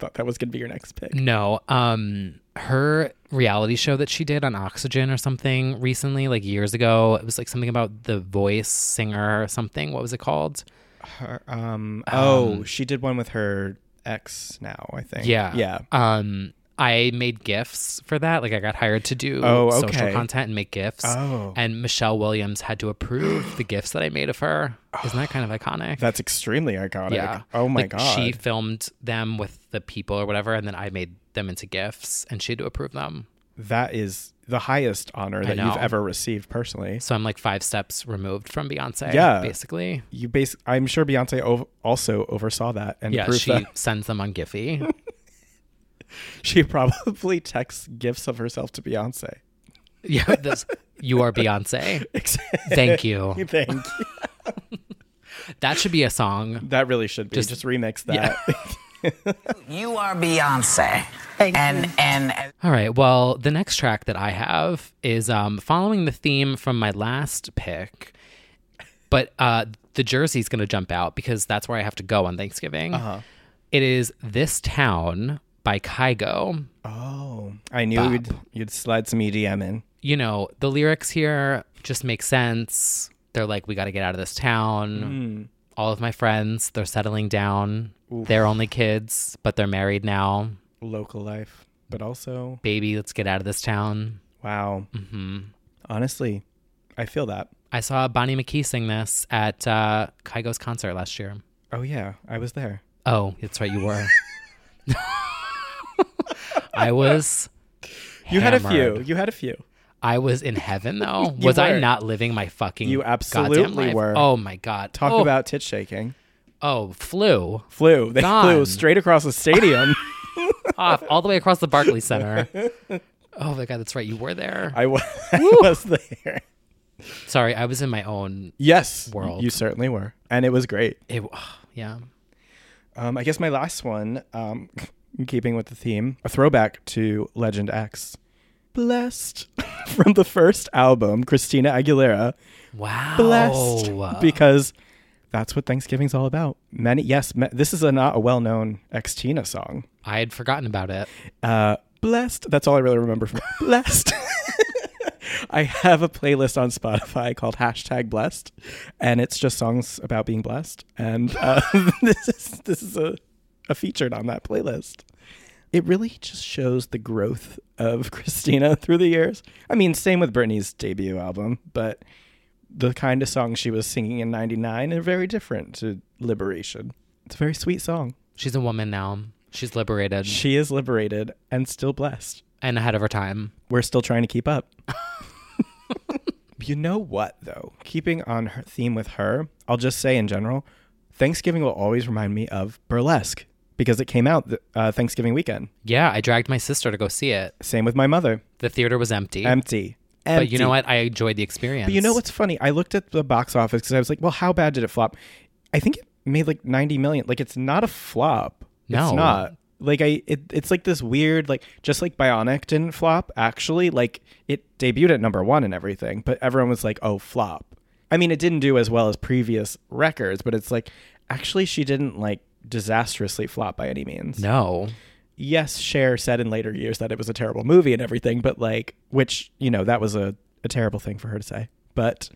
B: Thought that was gonna be your next pick.
A: no, um, her reality show that she did on Oxygen or something recently, like years ago. It was like something about the voice singer or something. What was it called?
B: Her, um, oh, she did one with her ex now. I think.
A: Yeah.
B: yeah.
A: Um, I made gifts for that. Like I got hired to do
B: Oh,
A: social
B: okay.
A: content and make gifts.
B: Oh.
A: And Michelle Williams had to approve the gifts that I made of her. Isn't that kind of iconic?
B: That's extremely iconic.
A: yeah.
B: Oh my
A: Like,
B: god.
A: She filmed them with the people or whatever, and then I made them into gifts and she had to approve them.
B: that is the highest honor
A: I
B: that
A: know.
B: you've ever received personally.
A: So I'm like five steps removed from Beyonce.
B: Yeah.
A: Basically.
B: You base. I'm sure Beyonce ov- also oversaw that and
A: yeah.
B: approved
A: She
B: that. <laughs>
A: sends them on Giphy. <laughs>
B: She probably texts gifts of herself to Beyonce. <laughs>
A: yeah. This, you are Beyonce. Thank you.
B: Thank <laughs>
A: <laughs>
B: you.
A: That should be a song.
B: That really should be. Just, remix that. <laughs>
I: You are Beyonce. and and
A: All right. Well, the next track that I have is um, following the theme from my last pick, but uh, the jersey's going to jump out because that's where I have to go on Thanksgiving.
B: Uh-huh.
A: It is This Town by Kygo.
B: Oh, I knew you'd, you'd slide some EDM in.
A: You know, the lyrics here just make sense. They're like, we got to get out of this town. All of my friends, they're settling
B: Hmm.
A: down.
B: Oof.
A: They're only kids, but they're married now.
B: Local life, but also,
A: Baby, let's get out of this town.
B: wow.
A: hmm
B: Honestly, I feel that.
A: I saw Bonnie McKee sing this at uh, Kygo's concert last year.
B: Oh, yeah, I was there.
A: Oh, that's right, you were. <laughs> I was.
B: You had a few.
A: hammered.
B: You had a few.
A: I was in heaven though.
B: <laughs> You
A: was I
B: were.
A: not living my fucking?
B: You
A: goddamn
B: absolutely
A: life?
B: were.
A: Oh my god.
B: Talk
A: oh,
B: about tit shaking.
A: Oh, flew
B: Flew. They
A: Gone.
B: flew straight across the
A: <laughs>
B: stadium.
A: off all the way across the Barclays
B: <laughs>
A: Center. Oh my god, that's right, you were there.
B: I was, <laughs> I was there.
A: Sorry, I was in my own.
B: Yes.
A: World.
B: You certainly were. And it was great.
A: It, <sighs> yeah.
B: Um, I guess my last one, um, <laughs> in keeping with the theme, a throwback to Legend X. Blessed <laughs> from the first album, Christina Aguilera.
A: Wow.
B: Blessed because that's what Thanksgiving's all about. Many, yes, ma- this is a not a well-known ex Tina song.
A: I had forgotten about it.
B: Uh, blessed. That's all I really remember from blessed. <laughs> I have a playlist on Spotify called hashtag blessed, and it's just songs about being blessed. And uh, <laughs> this is this is a, a featured on that playlist. It really just shows the growth of <laughs> Christina through the years. I mean, same with Britney's debut album, but the kind of song she was singing in '99 are very different to Liberation. It's a very sweet song.
A: She's a woman now. She's liberated
B: She is liberated and still blessed.
A: and ahead of her time.
B: we're still trying to keep up. you know what, though? Keeping on her theme with her, I'll just say in general, Thanksgiving will always remind me of burlesque because it came out th- uh, Thanksgiving weekend.
A: Yeah, I dragged my sister to go see it.
B: Same with my mother.
A: The theater was empty.
B: Empty.
A: But you
B: Empty.
A: know what? I enjoyed the experience.
B: But you know what's funny? I looked at the box office because I was like, well, how bad did it flop? I think it made like 90 million. Like, it's not a flop.
A: No.
B: It's not. Like, I, it, it's like this weird, like, just like Bionic didn't flop, actually. Like, it debuted at number one and everything, but everyone was like, oh, flop. I mean, it didn't do as well as previous records, but it's like, actually, she didn't like disastrously flop by any means
A: No.
B: yes, Cher said in later years that it was a terrible movie and everything, but like, which, you know, that was a, a terrible thing for her to say. But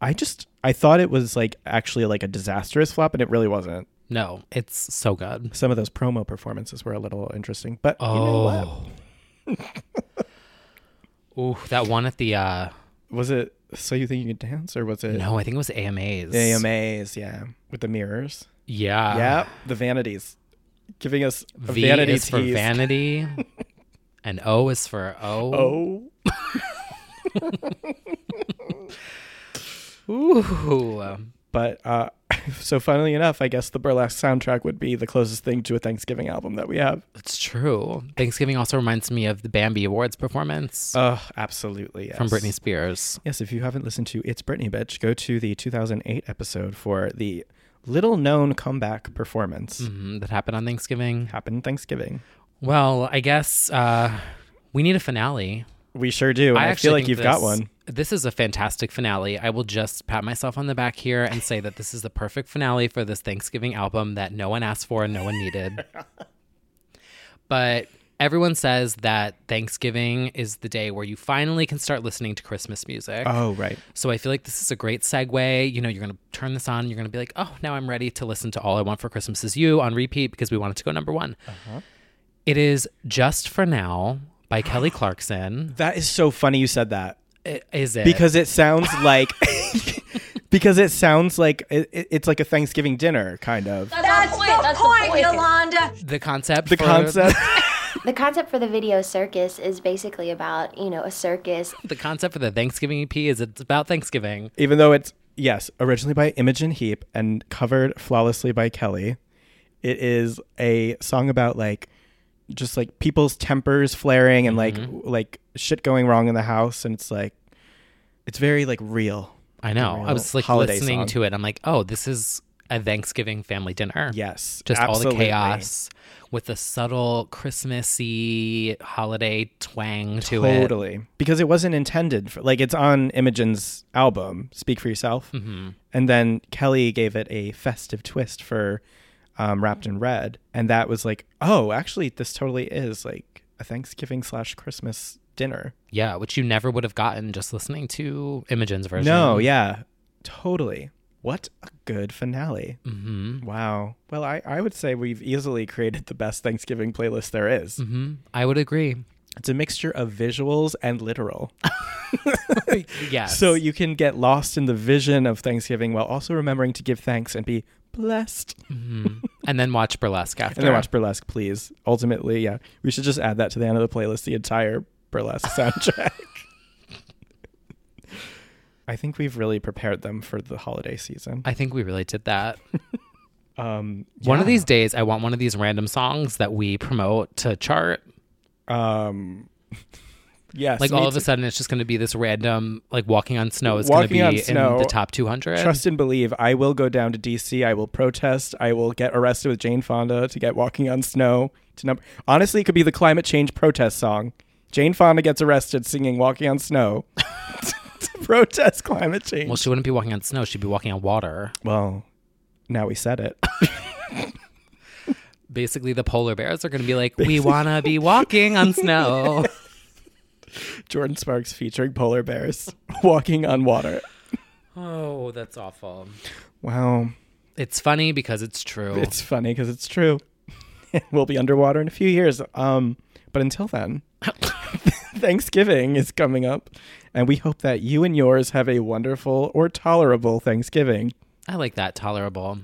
B: I just I thought it was like actually like a disastrous flop, and it really wasn't.
A: No, it's so good.
B: Some of those promo performances were a little interesting, but oh,
A: <laughs> Ooh, that one at the uh
B: was it? So you think you could dance, or was it?
A: No, I think it was AMAs.
B: The AMAs, yeah, with the mirrors.
A: Yeah.
B: yeah, the vanities, giving us a
A: V
B: vanity
A: is for
B: tease. <laughs>
A: vanity, and O is for O. Oh. Ooh.
B: But uh, <laughs> so funnily enough, I guess the burlesque soundtrack would be the closest thing to a Thanksgiving album that we have.
A: It's true. Thanksgiving also reminds me of the Bambi Awards performance.
B: Oh, absolutely. Yes.
A: From Britney Spears.
B: Yes, if you haven't listened to It's Britney Bitch, go to the 2008 episode for the little known comeback performance.
A: Mhm, that happened on Thanksgiving.
B: Happened Thanksgiving.
A: Well, I guess uh, we need a finale.
B: We sure do. and I, feel
A: actually
B: like
A: think
B: you've got
A: this-
B: one.
A: This is a fantastic finale. I will just pat myself on the back here and say that this is the perfect finale for this Thanksgiving album that no one asked for and no one
B: <laughs>
A: needed. but everyone says that Thanksgiving is the day where you finally can start listening to Christmas music.
B: Oh, right.
A: So I feel like this is a great segue. You know, you're going to turn this on. You're going to be like, oh, now I'm ready to listen to All I Want for Christmas Is You on repeat because we want it to go number one.
B: Uh-huh.
A: It is Just for Now
B: <gasps>
A: by Kelly Clarkson.
B: That is so funny you said that.
A: I- Is it?
B: Because it
A: <laughs>
B: sounds like <laughs> because it sounds like it, it- it's like a Thanksgiving dinner kind of.
E: That's, the, point, Yolanda.
A: the concept.
B: The
A: for-
B: concept
E: The concept for the video circus is basically about, you know, a circus.
A: <laughs> The concept for the Thanksgiving EP is it's about Thanksgiving.
B: even though it's yes, originally by Imogen Heap and covered flawlessly by Kelly, it is a song about like just like people's tempers flaring and
A: Mm-hmm.
B: like like shit going wrong in the house and it's like it's very like real.
A: I know.
B: Real
A: I was like
B: holiday
A: listening
B: song.
A: to it. I'm like, oh, this is a Thanksgiving family dinner.
B: Yes.
A: Just all the
B: absolutely.
A: chaos with the subtle Christmassy holiday twang to it.
B: Totally. Because it wasn't intended for like it's on Imogen's album, Speak for Yourself. And then Kelly gave it a festive twist for um, Wrapped in Red. And that was like, oh, actually this totally is like a Thanksgiving slash Christmas dinner.
A: Yeah, which you never would have gotten just listening to Imogen's version.
B: No, yeah. Totally. What a good finale.
A: hmm
B: Wow. Well, I, I would say we've easily created the best Thanksgiving playlist there is.
A: hmm I would agree.
B: It's a mixture of visuals and literal.
A: Yes.
B: So you can get lost in the vision of Thanksgiving while also remembering to give thanks and be blessed.
A: and then watch burlesque after.
B: And then watch Burlesque, please. Ultimately, yeah. We should just add that to the end of the playlist, the entire Burlesque
A: <laughs>
B: soundtrack. I think we've really prepared them for the holiday season.
A: I think we really did that.
B: <laughs> Um,
A: One of these days, I want one of these random songs that we promote to chart.
B: um, yes.
A: Like
B: me
A: all of
B: too.
A: a sudden, it's just going to be this random, like walking on snow is going to
B: Walking
A: be
B: on
A: in
B: Snow.
A: the top 200.
B: Trust and believe. I will go down to DC. I will protest. I will get arrested with Jane Fonda to get Walking on Snow to number. Honestly, it could be the climate change protest song. Jane Fonda gets arrested singing Walking on Snow <laughs> to protest climate change.
A: Well, she wouldn't be walking on snow. She'd be walking on water.
B: Well, now we said it. <laughs>
A: Basically, the polar bears are going to
B: <laughs>
A: be like, we want to be walking on snow.
B: Jordan Sparks featuring polar bears walking on water.
A: oh, that's awful.
B: Wow.
A: It's funny because it's true.
B: It's funny because it's true. <laughs> we'll be underwater in a few years. Um, but until then, <laughs> Thanksgiving is coming up, and we hope that you and yours have a wonderful or tolerable Thanksgiving.
A: I like that. Tolerable.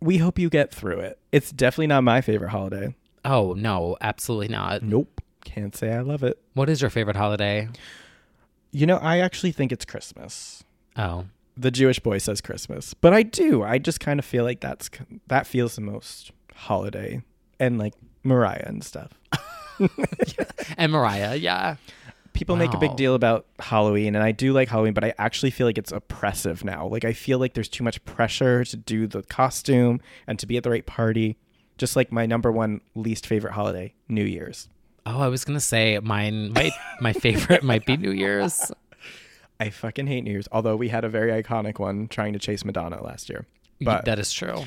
B: We hope you get through it. It's definitely not my favorite holiday.
A: Oh, no, absolutely not.
B: Nope. Can't say I love it.
A: What is your favorite holiday?
B: You know, I actually think it's Christmas.
A: Oh,
B: The Jewish boy says Christmas, but I do. I just kind of feel like that's that feels the most holiday and like Mariah and stuff.
A: and Mariah. Yeah.
B: people make a big
A: Wow.
B: deal about Halloween, and I do like Halloween, but I actually feel like it's oppressive now. Like I feel like there's too much pressure to do the costume and to be at the right party. Just like my number one least favorite holiday, New Year's.
A: Oh, I was gonna say mine. My
B: <laughs>
A: my favorite might be New Year's.
B: I fucking hate New Year's. Although we had a very iconic one trying to chase Madonna last year, but
A: that is true.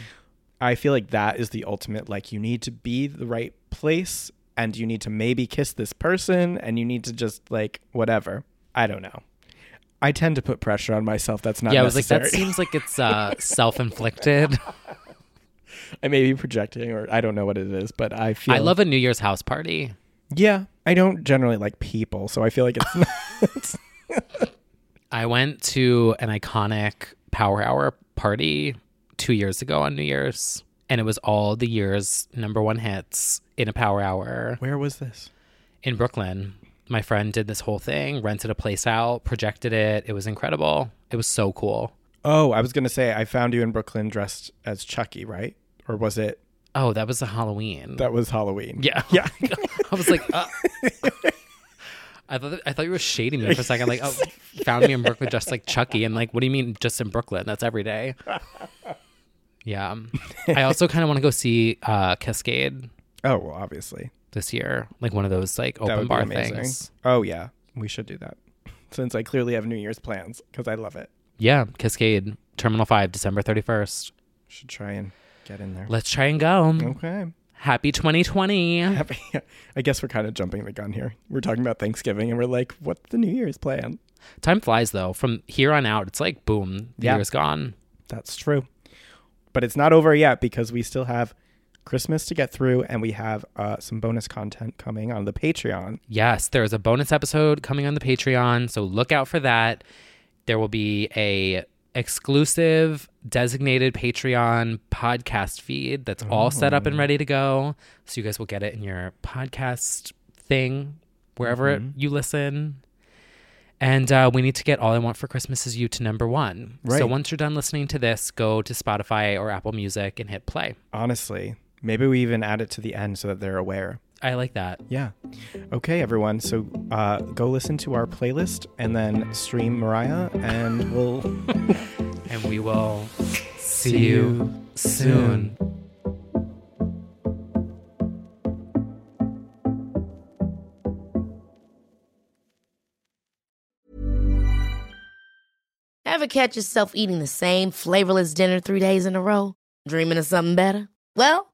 B: I feel like that is the ultimate. Like you need to be the right place, and you need to maybe kiss this person, and you need to just like whatever. I don't know. I tend to put pressure on myself. That's not
A: yeah, I was like,
B: necessary.
A: that seems like it's uh, self
B: <laughs>
A: inflicted.
B: I may be projecting, or I don't know what it is, but I feel.
A: I love a New Year's house party.
B: Yeah, I don't generally like people, so I feel like it's. not,
A: I went to an iconic Power Hour party two years ago on New Year's, and it was all the year's number one hits in a Power Hour.
B: Where was this?
A: In Brooklyn. My friend did this whole thing, rented a place out, projected it. It was incredible. It was so cool.
B: Oh, I was gonna say I found you in Brooklyn dressed as Chucky, right? Or was it?
A: Oh, that was a Halloween.
B: That was Halloween.
A: Yeah.
B: <laughs> yeah.
A: <laughs> I was like, uh. I thought I thought you were shading me for a second. Like,
B: <laughs>
A: oh, found me in Brooklyn just like Chucky, and like, what do you mean just in Brooklyn? That's every day.
B: <laughs>
A: Yeah. I also kind of want to go see uh, Cascade
B: Oh, well, obviously
A: this year, like one of those like
B: that
A: open
B: would
A: bar
B: be amazing.
A: things.
B: Oh yeah, we should do that. Since I clearly have New Year's plans because I love it.
A: Yeah, Cascade Terminal Five, December thirty first.
B: Should try and get in there.
A: Let's try and go.
B: Okay. <laughs>
A: Happy twenty twenty.
B: Happy. I guess we're kind of jumping the gun here. We're talking about Thanksgiving and we're like, what's the New Year's plan?
A: Time flies though. From here on out, it's like boom, the
B: Yeah.
A: year's gone.
B: That's true. But it's not over yet because we still have Christmas to get through and we have uh, some bonus content coming on the Patreon.
A: Yes, there's a bonus episode coming on the Patreon, so look out for that. There will be a exclusive designated Patreon podcast feed that's all set up and ready to go. So you guys will get it in your podcast thing, wherever it- you listen. And uh, we need to get All I Want for Christmas Is You to number one. So
B: Right.
A: once you're done listening to this, go to Spotify or Apple Music and hit play.
B: Honestly, maybe we even add it to the end so that they're aware.
A: I like that.
B: Yeah. Okay, everyone. So uh, go listen to our playlist and then stream Mariah, and we'll
A: And we will see,
B: See
A: you
B: you
A: soon.
J: Ever catch yourself eating the same flavorless dinner three days in a row? Dreaming of something better? Well,